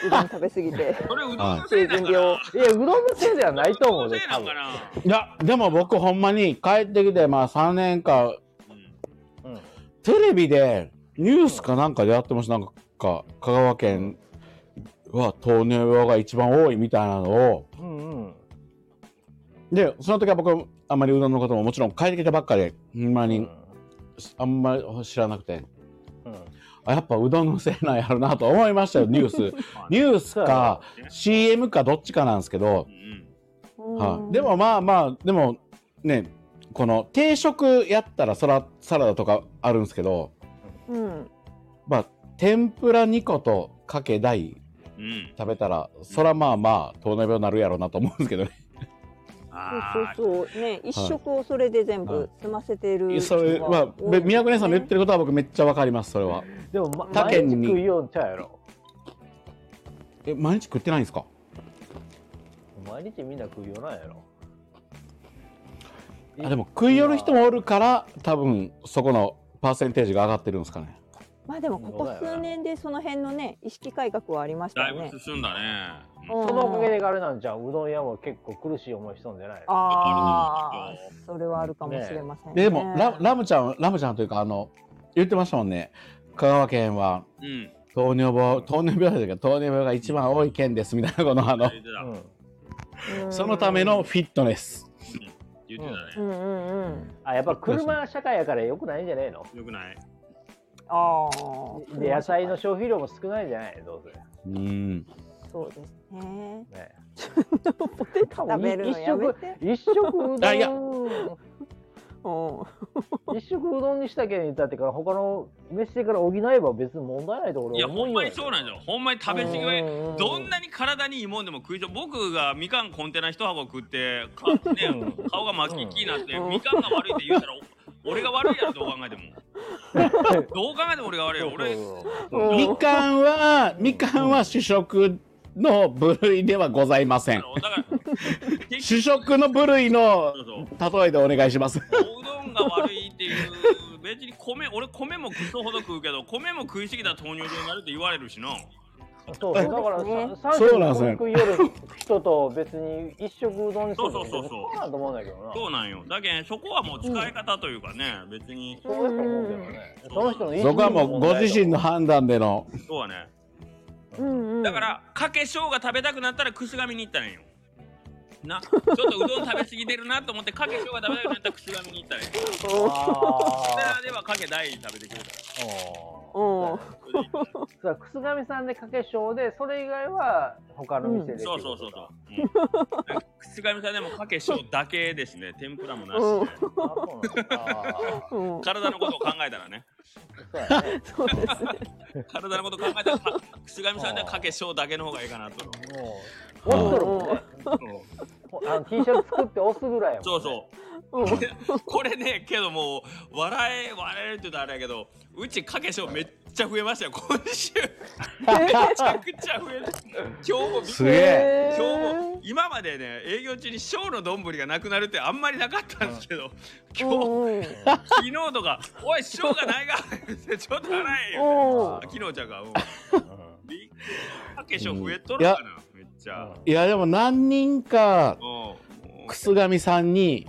うどん食べ過ぎて
それうどんのせい
成
なん
人
かな
病。
いや、うどんのせいではないと思
う
う
どんの
で、
せいな
多
ん
分
か。ない
やでも僕ほんまに帰ってきてまあ3年間
うん
うん
テレビでニュースかなんかでやってましたなんか香川県は糖尿病が一番多いみたいなのを
うんうん。
でその時は僕あんまりうどんのことももちろん帰ってきたばっかでほんま
う
に
ん
あんまり知らなくて
うん
あやっぱうどんのせいなんやろなと思いましたよニュース
まあ
ニ
ね
ュースか CM かどっちかなんですけど
う、ん
は
うん
い、でもまあまあでもねこの定食やったらそらサラダとかあるんですけど
うん。
まあ天ぷら2個とかけ大
うんうん
食べたらそらまあまあ糖尿病になるやろうなと思うんですけどね
そう
あー
そうそうね一食をそれで全
は
部
い
済ませてる人
それま
が
あ
多
べ
いですね
宮国さんの言ってることは僕めっちゃわかりますそれは
でも、ま、
他
毎
県
日
に
食いようちゃうやろ。
え毎日食ってないんですか
毎日みんな食いようなんやろ。
あでも食い寄る人もおるから多分そこのパーセンテージが上がってるんですかね
まあでもここ数年でその辺のね意識改革はありました
だい
よね
ぶ。進んだね。
うん
そのおかげであれなんじゃううどん屋も結構苦しい思いしとんじゃないですか
ああ
いいね
それはあるかもしれませんね。
でもララムちゃんラムちゃんというかあの言ってましたもんね香川県は
うん。
糖尿病糖尿病だけど糖尿病が一番多い県ですみたいなこのあの
言ってた。
うん
うん
そのための。フィットネス
言って
う
たね。
んうんうん。
あやっぱ車社会やからよくないんじゃねえの
よくない
ああ。
で野菜の消費量も少ないんじゃないどうせ
うん
そうですね。
ね
ポテト食べるのやめて。
一食うど
あいや
ん
うん。
一食うどんにしたけんだってから他の飯から補えば別に問題ないと
い
俺
や
は
ほ
思うんよ
まにそうなんですよほんまに食べ過ぎは
う
ど んな に体にいいもんでも食いちょ僕がみかんコンテナ一箱食って か、ね、顔が巻きっきになって、
うん
みかんが悪いって言うたらお俺が悪いやろどう考えてもどう考えても俺が悪いよ俺
うん
みかんはみかんは主食の部類ではございませ
あ
ん
のだから結
主食の部類の
局そう
例えでお願いします
そうおうどんが悪いっていう別に米俺米もクソほど食うけど米も食いすぎたら糖尿病になるって言われるしな
そうそうだから
そうですね
さ
そうなんです
3
ね
食いよる人と別に一食うどんにするのも
そうそうそうそう
そうなんと思うんだけどな
そうなんよだけんそこはもう使い方というかね別に
そうやと思うけどねその人の意識
そこはもうご自身の判断での
そうはね
うんうん。
だからかけしょうが食べたくなったら串紙に行ったらいいよなちょっとうどん食べ過ぎてるなと思ってかけしょうが食べたくなったら串紙に行ったらいいよ
うん。
それ
あ
ではかけ大食べてくれたら
ー
う
そ
ん。
れでいいか
だ
ら
から楠上さんでかけしょうでそれ以外は他の店で、
そうそうそうそう、うん、串紙さんでもかけしょうだけですね天ぷらもなしで、
うん
あそうなんだあ
うん、
体のことを考えたらね
ーそうやね
そうですね。
体のことを考えたらか串上さんではかけしょうだけの方がいいかなと
もう押しとるもんねあの T シャツ作って押すぐらいやもん、ね、
そうそう
うん、
これこれねけどもう笑え笑えるって言うとあれやけどうちかけしょうめっちゃ増えましたよ今週めちゃくちゃ増えた今日もびっ
す
く
げ
り
え
今日
へ
も今までね営業中にショーの丼がなくなるってあんまりなかったんですけど今日、
ー
昨日とか「おいしょうがないが」ってちょっとない
うん
よ
うん
あー
うん
昨日ちゃんがうん
うん
びっくりかけしょう増えとるかなめっちゃ
うん
いやでも何人か
うん
楠上さんに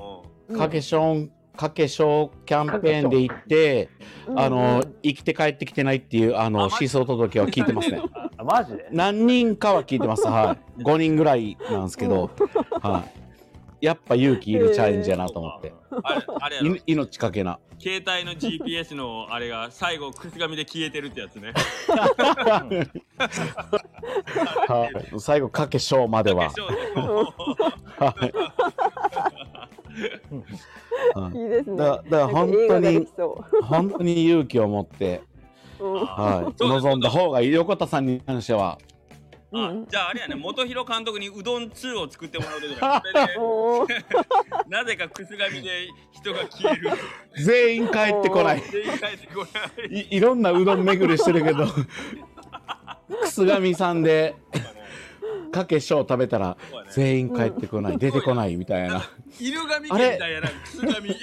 う
かけしょんかけしょうキャンペーンで行って
うん
あ
うん
の生きて帰ってきてないっていうあ
あ
の
マジ
思想届を聞いて ますね
あマジで
何人かは聞いてますはい5人ぐらいなんですけど、はい、やっぱ勇気いるチャレンジやなと思って、
んあれあれやろ
い命かけな
携帯の GPS のあれが最後くすがみで消えてるってやつね。
はい最後かけしょうまでは
化、粧でこ
はい
いいですね。
だだから本当
なんか映画がで
に
きそ
本当に勇気を持って、
う。うん
はい、
そうです
望んだ方がいい横田さんに関しては
うあじゃああれやね元弘監督にうどん2を作ってもらうときだ これで
おー
なぜかくすがみで人が消える
全員帰ってこない
全員帰ってこない
いいろんなうどん巡りしてるけど楠上さんでかけしょう食べたら
そうやね
全員帰ってこない、出てこないみたいな
犬神家みたいやなくすがみど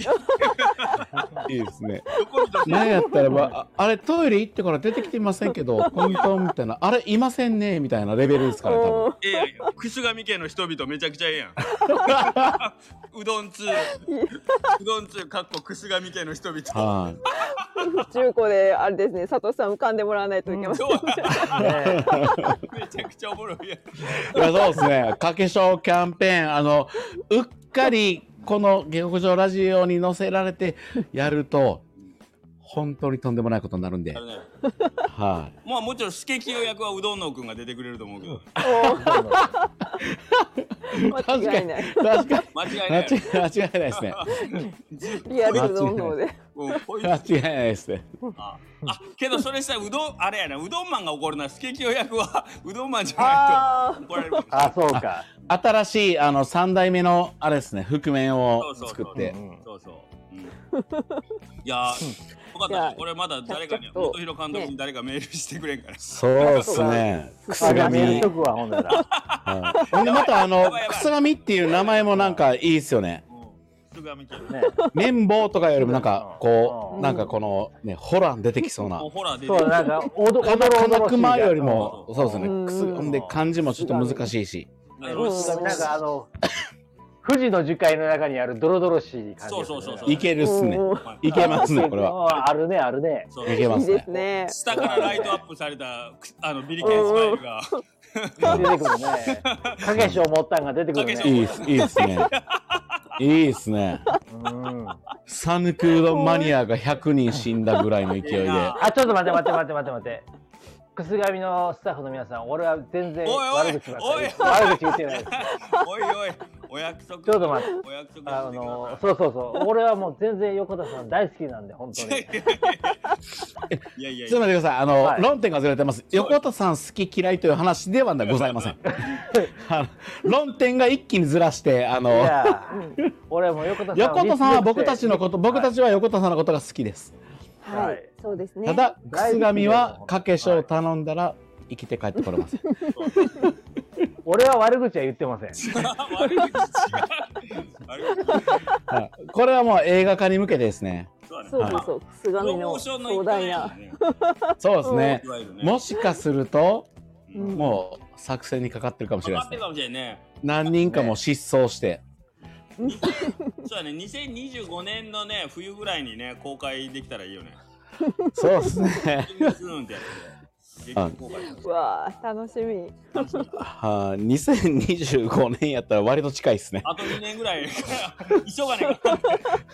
いいですね
こにどこ
なんやったらば、ああれトイレ行ってから出てきてませんけど、トントンみたいな、あれいませんねみたいなレベルですから、多
お
ええやんくすがみ家の人々めちゃくちゃええや んうどん2うどん2かっこくすがみ家の人々
分。はい、
ー中古であれですね。佐藤さん浮かんでもらわないといけません。
そうや
ね
めちゃくちゃおもろいや
い
ん
や、そうですね、かけしょうキャンペーン、あの、うっかり。この下克上ラジオに載せられて、やると。本当にとんでもないことになるんで。
あ
はい、
のねまあもちろんスケキヨ役はうどんのくんが出てくれると思うけど
確
間
か
違い
に
ない。、
確かに。
間違いな
間違い間違い
い
ないです ね。
リアルうどんの方で。
うんこういう
間違いないですね。
ああけどそれしたらうどんあれやなうどんマンが怒るなスケキヨ役はうどんマンじゃ
あ
ないと怒られるかもしれない
あそうか
新しい、あの、三代目の、あれですね、覆面を作って。
そうそう、うん、いやーよかっ
い
た
や
ねこれまだ誰かに
ちょっと
元弘監督に誰かメールしてくれんから、
そうですね。く
あ
す
じゃあ
が
見る
み
と。くわほんなら
はいほんでまたあ
や
の
ばいやばい
くすがみっていう名前もなんかいいですよね。
うん丸亀系。
ね。
綿棒とかよりもなんかこ
う
うんなんかこのねホラン出てきそうな
もうほら出て
そう、なんか、おど、おどろおど
鎌
ろしい
熊より
う
も
ん
そうですね
うん
くすんで漢字もちょっと難しいし
あ
ね
の
うん
なんかあの、富士の樹海の中にあるドロドロしい感じですね、
そうそうそうそう
いけるっすね
うん
いけますねこれは
は。あるね、ある ね。
そう
いけま
いい
す
で
ね
すね。
下からライトアップされたくあのビリケンスマイルが
出てくるね。かけしを持ったんが出てくるね。
かけ
い
し
いっすいいっすねいいっすね
うん
讃岐うどんマニアが100人死んだぐらいの勢いで
な
あ、ちょっと待って待って待って待って待って。くすがみのスタッフの皆さん、俺は全然
おいおい
悪口ばっかり
おい
悪口言ってないです。
おいおいお約束
ちょっと待って
お約束
あ
してくだ
の
さ
そうそうそう、俺はもう全然横田さん大好きなんで、本当に。
いいやいや い
ちょっと待
や
ってください。あの、
はい
論点がずれてます。横田さん好き嫌いという話ではございません。 あの論点が一気にずらして、あ
い
の、
や
う、ん
俺はもう横田さんを
横田さんは僕たちのこと、
リスペク
僕
ト
たちは横田さんのことが好きです。
はい
はい、そうですね。
ただ、く
大好き
すがみはかけし
は
を
い
頼んだら生きて帰ってこれません。
して俺は悪口は言ってません。
悪口違う悪口
はいこれはもう映画化に向けてですね。
そうだね
そうそうそう、すがみ
プロモ
の
ーションの
壮
一環
大
や
な。
ね
そうですね
い。わゆるね
もしかすると、
うん
もう作戦にかかってるかもしれ
分
な
か
い
っ
で
て
す
る
ね。
かもしれんね
何人かも失踪して。
そうだね2025年のね冬ぐらいにね公開できたらいいよね
そうですね。
キングスーンってやつで
あ
劇場公開
うわあ、楽しみ。
はあ、2025年やったら割と近いですね。
あと2年ぐらい 急がないか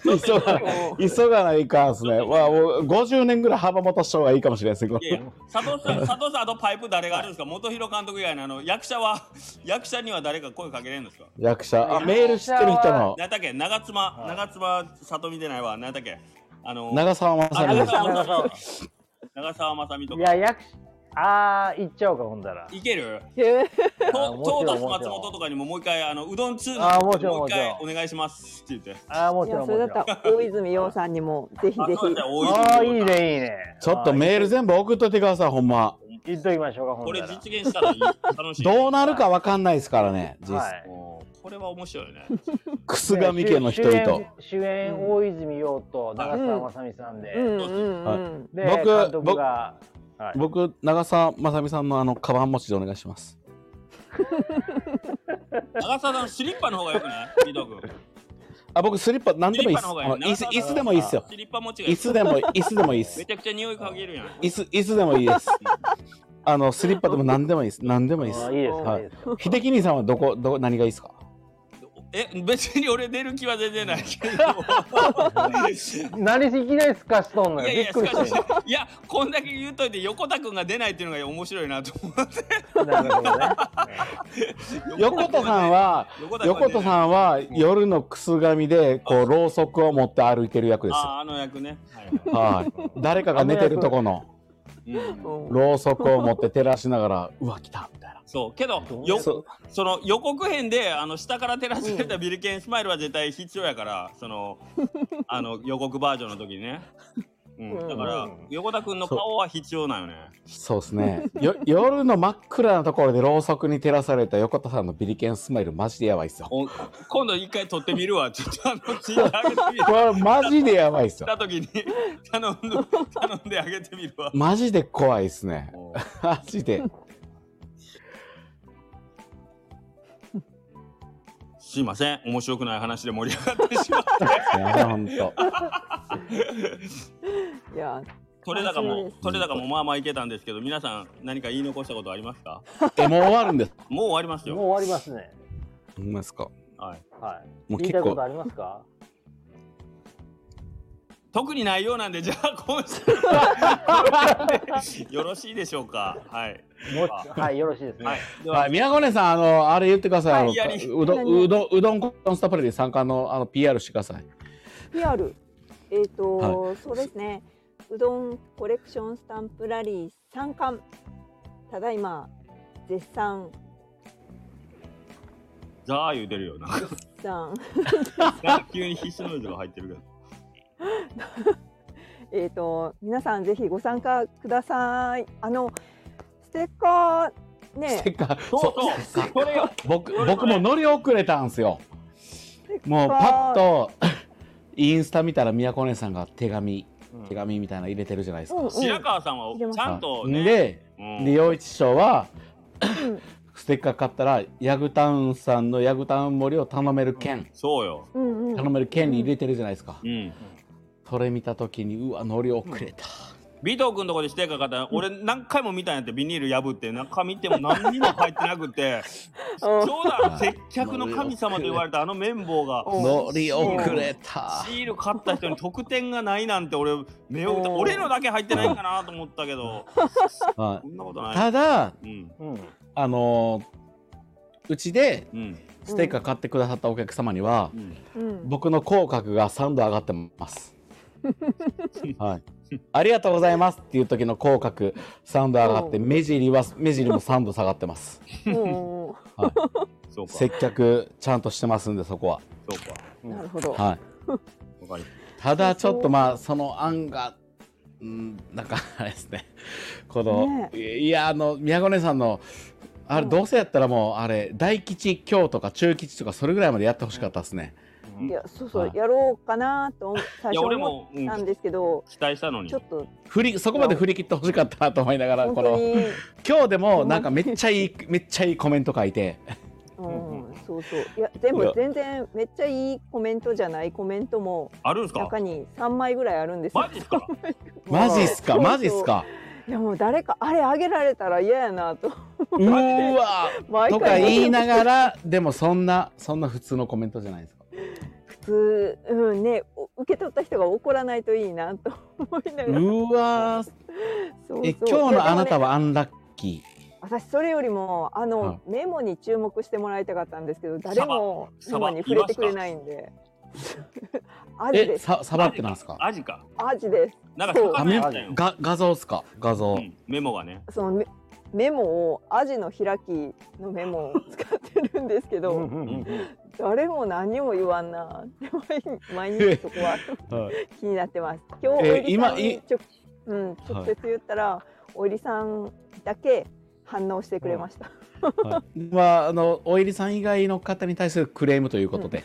急が
も
急がないかんですね。わあ、もう50年ぐらい幅持たした方がいいかもしれないですね。
いやいや佐 藤さん佐藤さんあとパイプ誰があるんですか元弘監督以外のあの役者は役者には誰か声かけれるんですか
役者。あ、メール知ってる人の
何だっけ長妻
い
長妻里美でないわ何だっけあの
長澤ま
あ
さみで
長
す。
澤ま
長
さみ長澤まさみと
いや、
か
役所、あー、行っちゃおうか、ほんだら。
いける
うへえ
ト
あもちろん
トータス
もち
松
ろん
本とかにももう一回あのうどん2
あ
の
もちろん
もう一回
もち
お願いしますって 言って
あー、も
い
ちろ
や、
ん、
そ
も
れ
ち
だ
ろ
った
ん。
ら大泉洋さんにもぜひぜ
あそうだね大泉
あー、
洋
いい
さん
ね、いいね。
ちょっとメール全部送っといてください、ほんま。
言っときましょうか、ほ
こ
ん
れ
なら。
実現したらいい楽しい
どうなるかわかんないですからね、実
は
際。
い。
もうこれは面白いね
くすがみ家の人
主
々。
演主演大泉洋と長澤まさみさんで、
うんうんうん。
で
僕
監督がはい
僕、長澤まさみさんのあの、カバン持ちでお願いします。
長澤さんのスリッパの方がよくないリード君
あ、僕、スリッパ、なんでもいいっす。
スリッパの
あ
方が
の
いい
椅子、
長澤
椅子でもいいっすよ。
スリッパ持ちがいい
椅子でも、椅子でもいいっす
め。ちゃくちゃ匂い嗅げるやん
椅子、椅子でもいい です。あの、スリッパでも何でもいいです。何でもいいです
あ。いいです
は
ね
い
いいですね
秀樹兄さんはどこ、どこ、何がいいですか。
え別に俺出る気は全然ないけど
何いきなりすかしとんの
いや
よび
い
っ
や
くりした
し
よ
かしいやこんだけ言うといて横田君が出ないっていうのが面白いなと思って
なるほどね
横田さんは、
横
横田
ん
さんは夜のくすがみで、こうろうそくを持って歩いてる役です。
ああの役ね、はい
はい。誰かが寝てるとこの
うん
うん
ろうそくを持って照らしながら、うわ、来たみたいな。
そうけど
どう
よ
そう
その予告編であの下から照らされたビルケンスマイルは絶対必要やからそのあの予告バージョンの時にね、うん、だから、
うん
横田君の顔は必要なよね
そうですね。よ、夜の真っ暗なところでろうそくに照らされた横田さんのビリケンスマイル、マジでやばいっすよ。
お今度一回撮ってみるわちょっとあの聞いてあげてみる
これ、マジでやばいっす
来
よ。
た時に頼んで頼んであげてみるわ。
マジで怖いっすね。マジで。
すいません面白くない話で盛り上がってしまう。
いやほんと。
いや、
取れ高
楽しみ
も
です
取れ高もまあまあいけたんですけど皆さん何か言い残したことありますか？
え、もう終わるんです。
もう終わります
もう
よ。
終わりますね
ほんまですか。
はい。
はい
もう
言い
結
たいこ
構
と。ありますか
特にないようなんでじゃあ今週はよろしいでしょうか。はい。
もうはいよろしいですね
はい。では
はい、宮古根さん、あの、あれ言ってください。あの
はいやり
うどん、うどん、うどんコンスタプレで参加の、あの、PR してください。
PR、えっ、と、
は
そうですね。うどんコレクションスタンプラリー三冠。ただいま絶賛
ザー言うてるよな。
さん、
なんか急に必死の字が入ってるけど。
えっ、と皆さんぜひご参加ください。あのステッカーね、
てか、
そう
そ
そう。これよ。
僕、僕も乗り遅れたんですよ。
ステッカー
もう、パッと、インスタ見たら宮古姉さんが手紙
うん
手紙みたいなの入れてるじゃないですか、
うん
白川さんは
入れます
ちゃんとね。
で
うん
で陽一師匠は
ん
ステッカー買ったらヤグタウンさんのヤグタウン森を頼める券、
そうよ。
うんう
頼
ん。
める券に入れてるじゃないですか、
うん。
それ見た時にうわノリ遅れた、
尾藤君のとこでしてかかった俺何回も見たんやってビニール破って中見ても何にも入ってなくてちょうど接客の神様と言われたあの綿棒が
ノリ遅れた
シール買った人に得点がないなんて俺目を疑っ
う
て
ん
俺のだけ入ってないかなと思ったけど
は
そんなこと
い
ない。
ただ
うん
うん
あのーうちで
うん
ステッカー買ってくださったお客様には
う、ん
うん。
僕の口角が3度上がってます。はい、ありがとうございますっていう時の口角3度上がって
う
目尻は目尻も3度下がってます
うんう
そうか。そう
接客ちゃんとしてますんでそこ
か。
んなるほど。
は、はい、
わかり
ただちょっとまあその案がうんなんかあれですね この、
ね
いやあの宮古姉さんのあれどうせやったらもうあれ大吉京とか中吉とかそれぐらいまでやってほしかったですね、
いやそうそ
は
う
い
やろうかなと思最
いや
初
俺
思
も、
っ
うん
たんですけど、
期待したのに
ちょっと
振りそこまで振り切ってほしかったなと思いながら
本
こ
当
の
に、
今日でもなんかめっちゃいいめっちゃいいコメント書いて
うん、そうそういや
い
で
や
も全然めっちゃいいコメントじゃないコメントも
あるんすか
中に三枚ぐらいあるんですよ
マ。ジっすか
マジっすか
そうそう
マジっすか
いやもう誰かあれあげられたら嫌やなと
うーわ
毎
とか
回
言いながらでもそんなそんな普通のコメントじゃないですか
普通うんねお受け取った人が怒らないといいなと思いな
う
がら。
ーわー
そうそう
え今日のあなた
いやでもね
はアンラッキ
私それよりもあの、
はい
メモに注目してもらいたかったんですけど誰もメ
サバ
モに触れてくれないんで。ア
ー
ジで
え
す。
さサバってなんですか
アジか。
アジです。
なんか魚やったんよ。
が画像っすか画像、
うんメモがね。
そのメメモをアジの開きのメモを使ってるんですけ
う
ど、
んうんうん
誰も何も言わんな。 で 毎日毎日そこは気になってます。今日お
え
いりさん
今い
にちょうん直接言ったら、おいりさんだけ反応してくれました。
はい まああのおえりさん以外の方に対するクレームという ことで、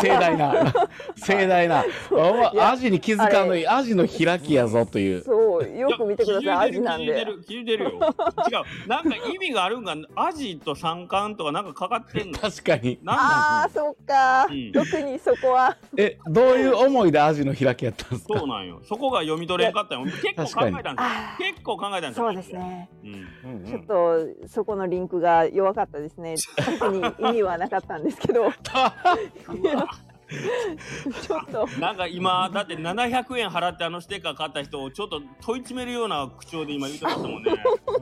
盛大な盛大な、お
い
前
や
アジに気づかんのにアジの開きやぞという
そうよく見てくださいアジなん
気づい
で
て。る気づいて る気づいてるよ。違う。なんか意味があるんがアジと三冠とかなんかかかってん の。
確かに
なんなん。
ああそっか、
うん
特にそこは
えどういう思いでアジの開きやったんですか
そうなんよ。そこが読み取れんかったよ。結構考えたんです
あ
よ。結構考えたん
ー
ですよ。
そうです。ね、
うん。
うんう
ちょっ
ん
とそこのリンクが弱かったですね特に意味はなかったんです けどいやちょっと
なんか今だって700円払ってあのステッカー買った人をちょっと問い詰めるような口調で今言ってましたもん ね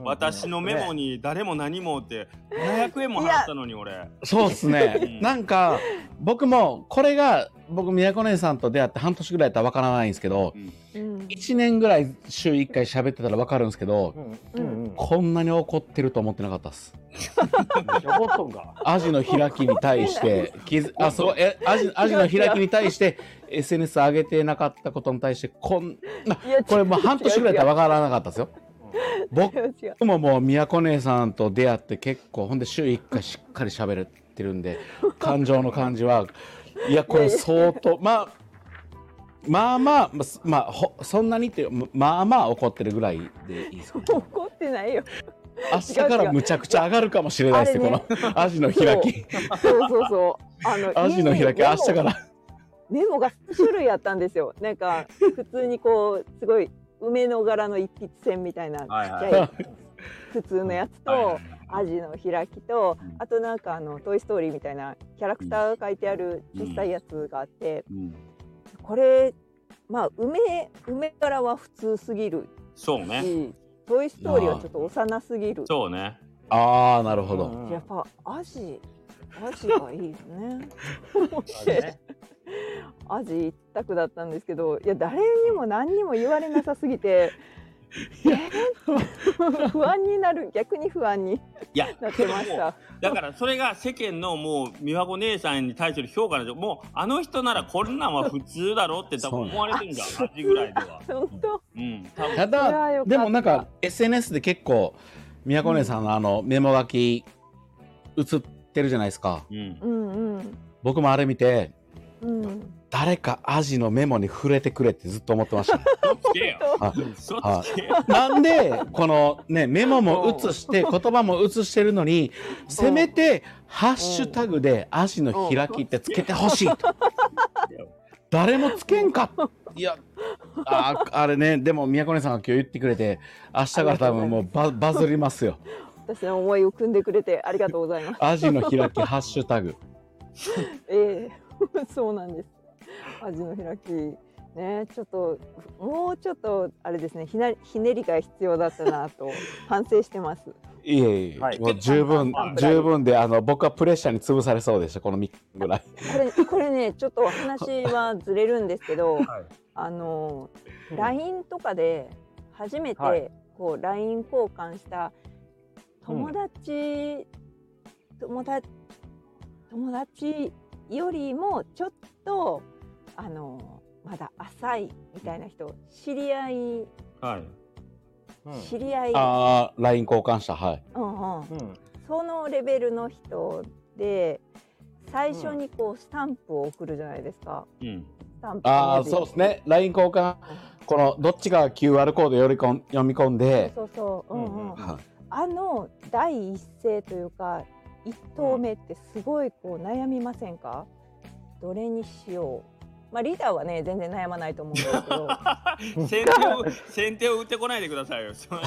私のメモに誰も何もって700円も払ったのに俺
そうっすね
うん
なんか僕もこれが僕宮古姉さんと出会って半年ぐらいやったらわからないんですけど
うん
1年ぐらい週1回喋ってたらわかるんですけど
うんうんうん
こんなに怒ってると思ってなかったっす
ちょこっとんか
アジの開きに対して、気づあそうえアジアジの開きに対して SNS 上げてなかったことに対してこんない
や
これもう半年ぐらいだったら
違
分からなかったですよ。僕
う 違う違う
ももう宮古姉さんと出会って結構ほんで週1回しっかり喋れてるんで感情の感じはいやこれ相当まあまあまあまあすまあほそんなにっていうままあまあ怒ってるぐらいでいいですかね
怒ってないよ
明日からむちゃくちゃ上がるかもしれないですね
あれ
こ
ね
のアジの開き
そうそうそうあの
アジの開き明日から
らメモが3種類あったんですよなんか普通にこうすごい梅の柄の一筆線みたいなちっち
はいはい
ゃ い普通のやつと、
はいはい
アジの開きと
うん
あとなんかあの「トイ・ストーリー」みたいなキャラクターが書いてある小さいやつがあって、
うん
これまあ梅梅柄は普通すぎる
そうね
し「トイ・ストーリー」はちょっと幼すぎる
そうね
ああなるほど、
うん
やっぱアジアジ がいいですね
あれね
アジ一択だったんですけどいや誰にも何にも言われなさすぎ て。えー 不安になる逆に不安に
いや
なってました。
だからそれが世間のもう美和子姉さんに対する評価なんでもうあの人ならこんなんは普通だろって多分思われてるんじゃんアジぐらいでは
本当
うん多
た
分
いやー
だ
よかった
でもなんか SNS で結構宮古姉さんのあのメモ書き映ってるじゃないですか
うん
うんうん
僕もあれ見て
うん。
誰かアジのメモに触れてくれってずっと思ってました。
そっちや
あ
そっちや
なんでこのねメモも写して言葉も写してるのにせめてハッシュタグで足の開きってつけてほしいと誰もつけんかいやああれねでも宮古根さんが今日言ってくれて明日から多分もうババズりますよ
私の思いを組んでくれてありがとうございます。
足の開きハッシュタグ
え えそうなんです。味の開き。ね、ちょっともうちょっとあれですねひなひねりが必要だったなと反省してます
いえいえ、
はい
もう十分十分であの僕はプレッシャーに潰されそうでしたこの3日ぐらい
これこれねちょっとお話はずれるんですけど、
はい
あの
うん
LINE とかで初め
はい
てこう LINE 交換した友達、友達友達よりもちょっとあのまだ浅いみたいな人知り合い、
はい
うん
知り合い、
ああ LINE 交換したはい
うんう
う
ん、
ん
そのレベルの人で最初にこうスタンプを送るじゃないですか。
うん
スタンプ
ああ
文字
そうですね LINE 交換このどっちが QR コードよりこん読み込んで
そうそう、うんうん
うんうん
は
あの第一声というか一投目ってすごいこう悩みませんか、どれにしようまあリーダーはね全然悩まないと思うんですけど
先手を 先手を打ってこないでくださいよ。その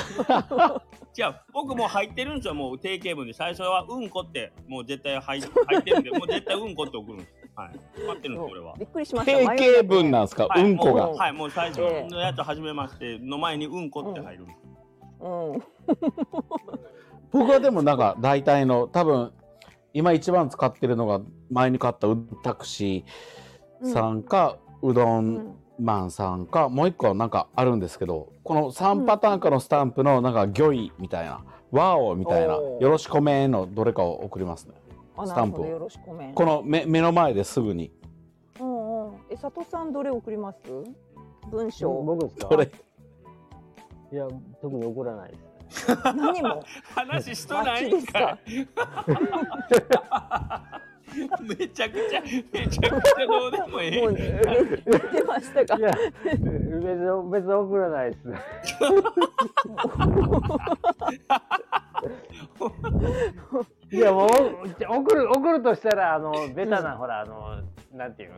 じゃあ僕もう入ってるんですよ。もう定型文で最初はうんこってもう絶対入入ってるんでもう絶対うんこって送るんです。はい。決まってるんですこれは。
びっくりしました
定型文なん
ん
ですか、
はい、
うんこ
もう
が
はいもう最初のやつ始めましての前にうんこって入るんです。
うん
僕はでもなんか大体の多分今一番使ってるのが前に買ったうタクシーさんか、うど
うんん
マンさんかもう一個はなんかあるんですけどこの3パターンかのスタンプのなんか「魚意」みたいな「ワオ」みたいな「よ
おー
ろしくめ」のどれかを送りますね
あ
ス
な
タ
る
ンプ
ほ
を
どよろしくおめん
この目目の前ですぐに
うんうんえ佐藤さんどれ送ります文章
僕ですか
これ
いや特に怒らないです
何 も
話しとないんかい。めちゃくちゃめちゃくちゃどうでもえ
もう
え。
ね 出ましたか
いや別に別に怒らないです いやもう送る送るとしたらあのベタな、ほらあのなんていうの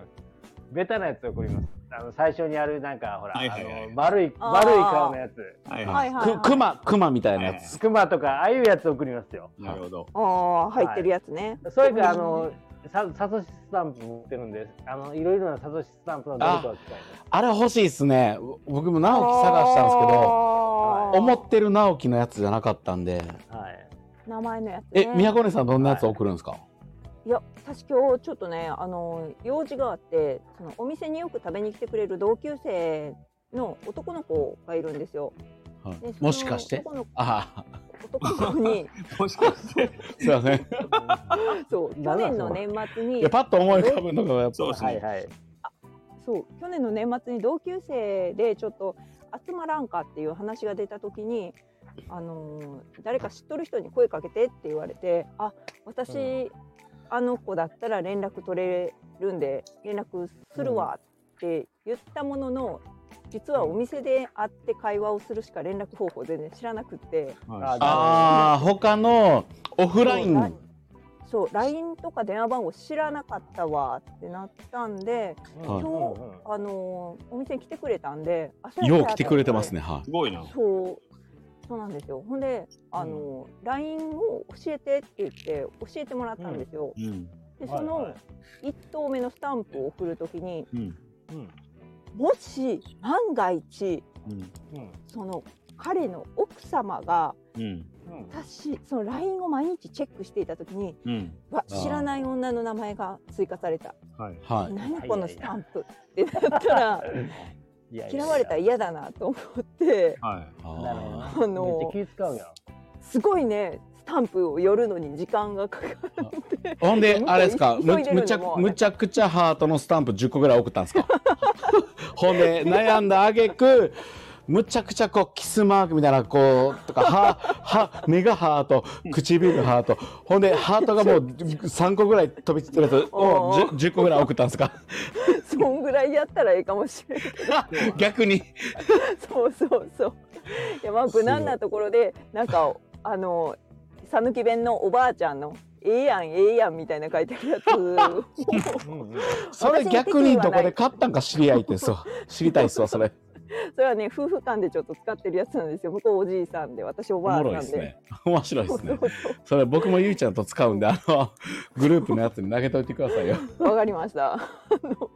ベタなやつ送りますあの最初にあるなんかほら、
はいはいはい
あの丸い
あー
丸い顔のやつ
はい
はいは
く
い、はい、
熊熊みたいなやつ、
クマとかああいうやつ送りますよ
なるほど。
ああ入ってるやつね、
それかあのさサトシスタンプ持ってるんであのいろいろなサトシスタンプのどれかを使います
あれ欲しいですね僕も
あ
直樹探したんですけど
ど
思ってる直樹のやつじゃなかったんで
はい
名前のやつ、ね、
え宮古根さんどんなやつ送るんですか、
いや私今日ちょっとねあの用事があってそのお店によく食べに来てくれる同級生の男の子がいるんですよ。
はい
でその
もしかして
男の
あ
男の子 に
もしかして
あすいません
そう去
なんだ
年の年 末
い
に
やパッと思い浮かぶのがやっぱ
そうです
はい
ね。
はい
そう去年の年末に同級生でちょっと集まらんかっていう話が出た時に、あのー誰か知っとる人に声かけてって言われてあ私、
うん
あの子だったら連絡取れるんで連絡するわって言ったものの、実はお店で会って会話をするしか連絡方法全然知らなくって
はい
ああ他のオフライン
そうラそう LINE とか電話番号知らなかったわってなったんで、
うんうん
今
うん
あのーお店に来てくれたんであそうや
よう
そう
来
や
てくれてますねは
すごいな。
そうそうなんですよほんであの、LINE を教えてって言って教えてもらったんですよ、
うん。
でそ
はいは
の
い
1投目のスタンプを送るときに
うん。
うん
もし万が一
うん。
うん
その彼の奥様が
うん。
うん
私その LINE を毎日チェックしていたときに
うん。
うわ
あー
知らない女の名前が追加された
はい。
はい
何このスタンプってなったら
いやいやいや
嫌われたら嫌だなと思って
は
なるほど
あ
な
ー
あの
めっちゃ気使うやん
すごいねスタンプを寄るのに時間がかか って
ほん であれですか
急いで
むむ
るの
ちゃ
もう
むちゃくちゃハートのスタンプ10個ぐらい送ったんですかほんで悩んだあげくむちゃくちゃこうキスマークみたいなこうとかはは目がハート唇ハートほんでハートがもう3個ぐらい飛び散ってる やつを 10, 10個ぐらい送ったんですか
そんぐらいやったらいいかもしれない
逆に
そうそうそういやまあ無難なところでなんかあの讃岐弁のおばあちゃんの「ええやんええやん」みたいな書いてある やつ
それ逆にどこで買ったんか知り合いってそう知りたいっすわそれ
それはね夫婦間でちょっと使ってるやつなんですよ向こうおじいさんで私 お
お
ば
もろい
あさ
で
ん
す
で、
ね面白いで
そう
す
そ
ね
うそ
それ僕もゆいちゃんと使うんであのグループのやつに投げといてくださいよ
う わかりましたあの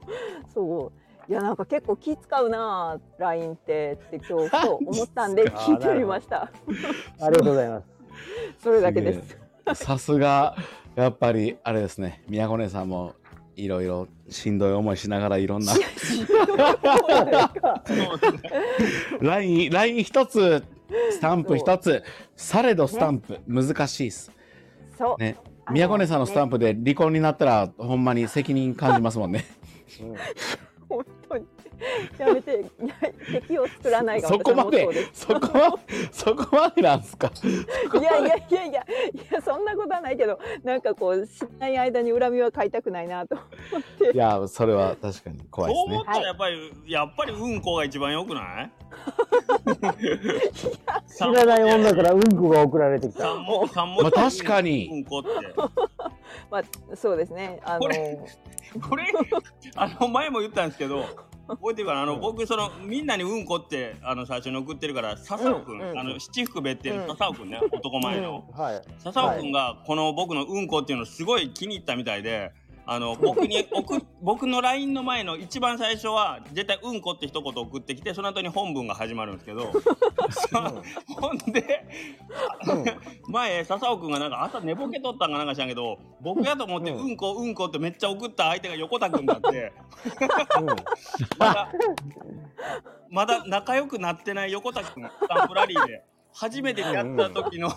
そういやなんか結構気使うなあ LINE ってって今日そう思ったんで
マジっすか
聞いてみました
ありがとうございます。
それだけです
さすがやっぱりあれですね宮古姉さんもいろいろしんどい思いしながらいろんな LINE LINE 一つスタンプ一つされどスタンプ、難しいっす
そう、
ね宮古姉さんのスタンプで離婚になったらほんまに責任感じますもんね
本当にやめて いや敵を作らないが
そこま
私の
で
モットーす
そこまそこまでなんすか
いやいやいやいやいやそんなことはないけどなんかこう知らない間に恨みは買いたくないなと 思って
いやそれは確かに怖いで
そう
す
思っ
ね
たらやっぱり、やっぱりうんこが一番良くない
知らない女からうんこが送られてきた。
三文三文
まあ確かに
うんこって
まあそうですねあの
ここれあの前も言ったんですけど覚えてるかなあの僕そのみんなにうんこってあの最初に送ってるから笹尾君、
うんうん
あの七福別っていう
うん
笹尾君ね、男前の
はい。
笹尾君がこの僕のうんこっていうのすごい気に入ったみたいであの僕に送っ僕の LINE の前の一番最初は絶対「うんこ」って一言送ってきてその後に本文が始まるんですけど ほんで前笹尾君がなんか朝寝ぼけとったんかなんか知らんけど僕やと思って「うんこうんこ」ってめっちゃ送った相手が横田君だってまだまだ仲良くなってない横田君がスタンプラリーで初めてやった時の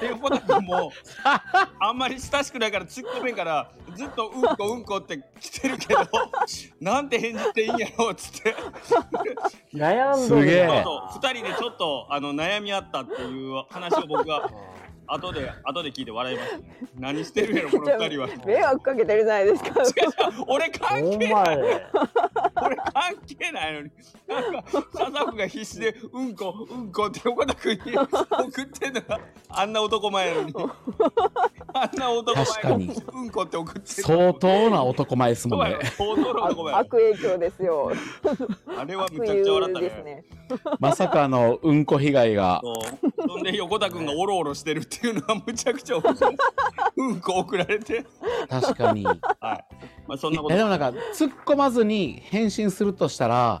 で横田君もあんまり親しくないから突っ込めんからずっと「うんこうんこ」って来てるけどなんて返事していいんやろうっつって。
悩ん
すげ
で
え
そうそう2人でちょっとあの悩み合ったっていう話を僕 は後で後で聞いて笑いました、ね、何してるやろこの2人は
迷惑かけてるじゃないですか
俺関
ほん
係
ま
ない
や。
俺関係ないのになんか笹子が必死で「うんこうんこ」って横田君に 送ってんのがあんな男前や のにあんな男
確
前
か
に
に
「うんこ」って送ってる
相当な男前です
そう
もん
や
ね
ろ相当の男前や
悪影響ですよ
ろあれは
悪
めちゃくちゃ笑っ
友
た
です
ね
ね
まさかのうんこ被害が
そうそんで横田君がおろおろしてるっていうのはむちゃくちゃ面白いうんこ送られて
確かに
はいまあそんなこ
え
と
でもなんか突っ込まずに返信するとしたら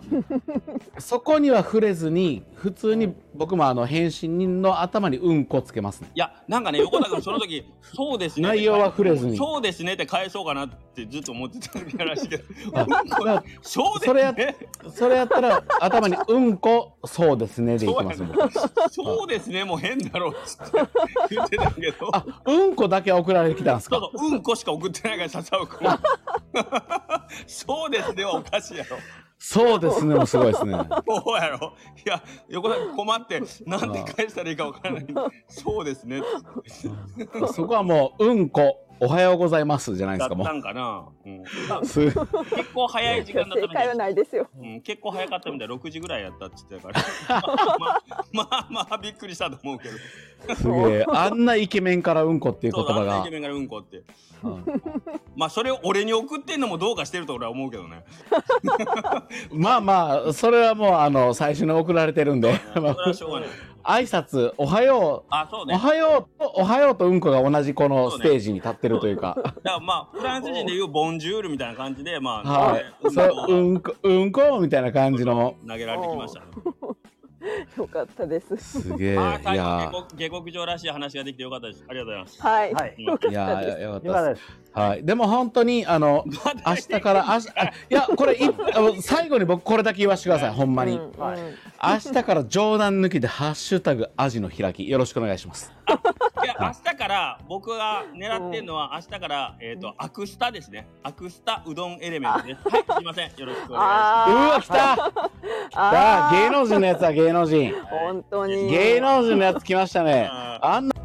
そこには触れずに普通に僕もあの返信の頭にうんこつけますね
いやなんかね横田君その時「そうですね」
内容は触れずに
そうですね」って返そうかなってずっと思ってたみたいらしいけど「
あ
うんこ
まあ
そうです
それやっ
ね」
それやったら頭にうんこそうですねでいきますもん
そうですね」もう変だろうっつって言ってたけど。
あうんこだけ送られてきたんです
そ
か
うそううんこしか送ってないから笹 尾君そうですねはおかしいやろ
そうですねもうすごいですね
そうやろ いや横田君 困ってなんで返したらいいかわからないそうですね
そこはもううんこおはようございますじゃ ないで
だ
す
っ
かも
たんかな、うん、
うす
結構早い時間だった
正
みた、
解はいないですよ
うん、結構早かったみたい6時ぐらいやったって言って たからまあまあまあびっくりしたと思うけど
すげえあんなイケメンからうんこっていう
そ
言葉
うだあんなイ
が
ケメンからうんこって
うん
まあそれを俺に送ってんのもどうかしてると俺は思う けどね
まあまあそれはもうあの最初に送られてるんで
それはしょうがない
挨拶おはよ
あそう
う、
ね
おはようとおはようとうんこが同じこのステージに立ってるというか
だからまあフランス人でいうボンジュールみたいな感じでまあ、
は
うん
いそうう
こ
んこうんこみたいな感じの
投げられてきましたね
よかったです
すげえい
まあ最
や
後下克下克上らしい話ができてよかったですありがとうござい ます
はい、
はい。
よか
い
った
や
です
よかった
よかった
です
です。
はいでも本当にあの明日から明日あいやこれいあの最後に僕これだけ言わせてくださいほんまに、
うんうん
はい
明日から冗談抜きでハッシュタグアジの開きよろしくお願いします
いや明日から僕が狙ってるのは明日からえっとアクスタですね。アクスタうどんエレメン トです。はい、すいません。よろしくお願
う
あ
わ、来た
ー
さあ、
あ
芸能人のやつは芸能人。
ー本当に
芸能人のやつ来ました
いし
ね。
ます。
あんな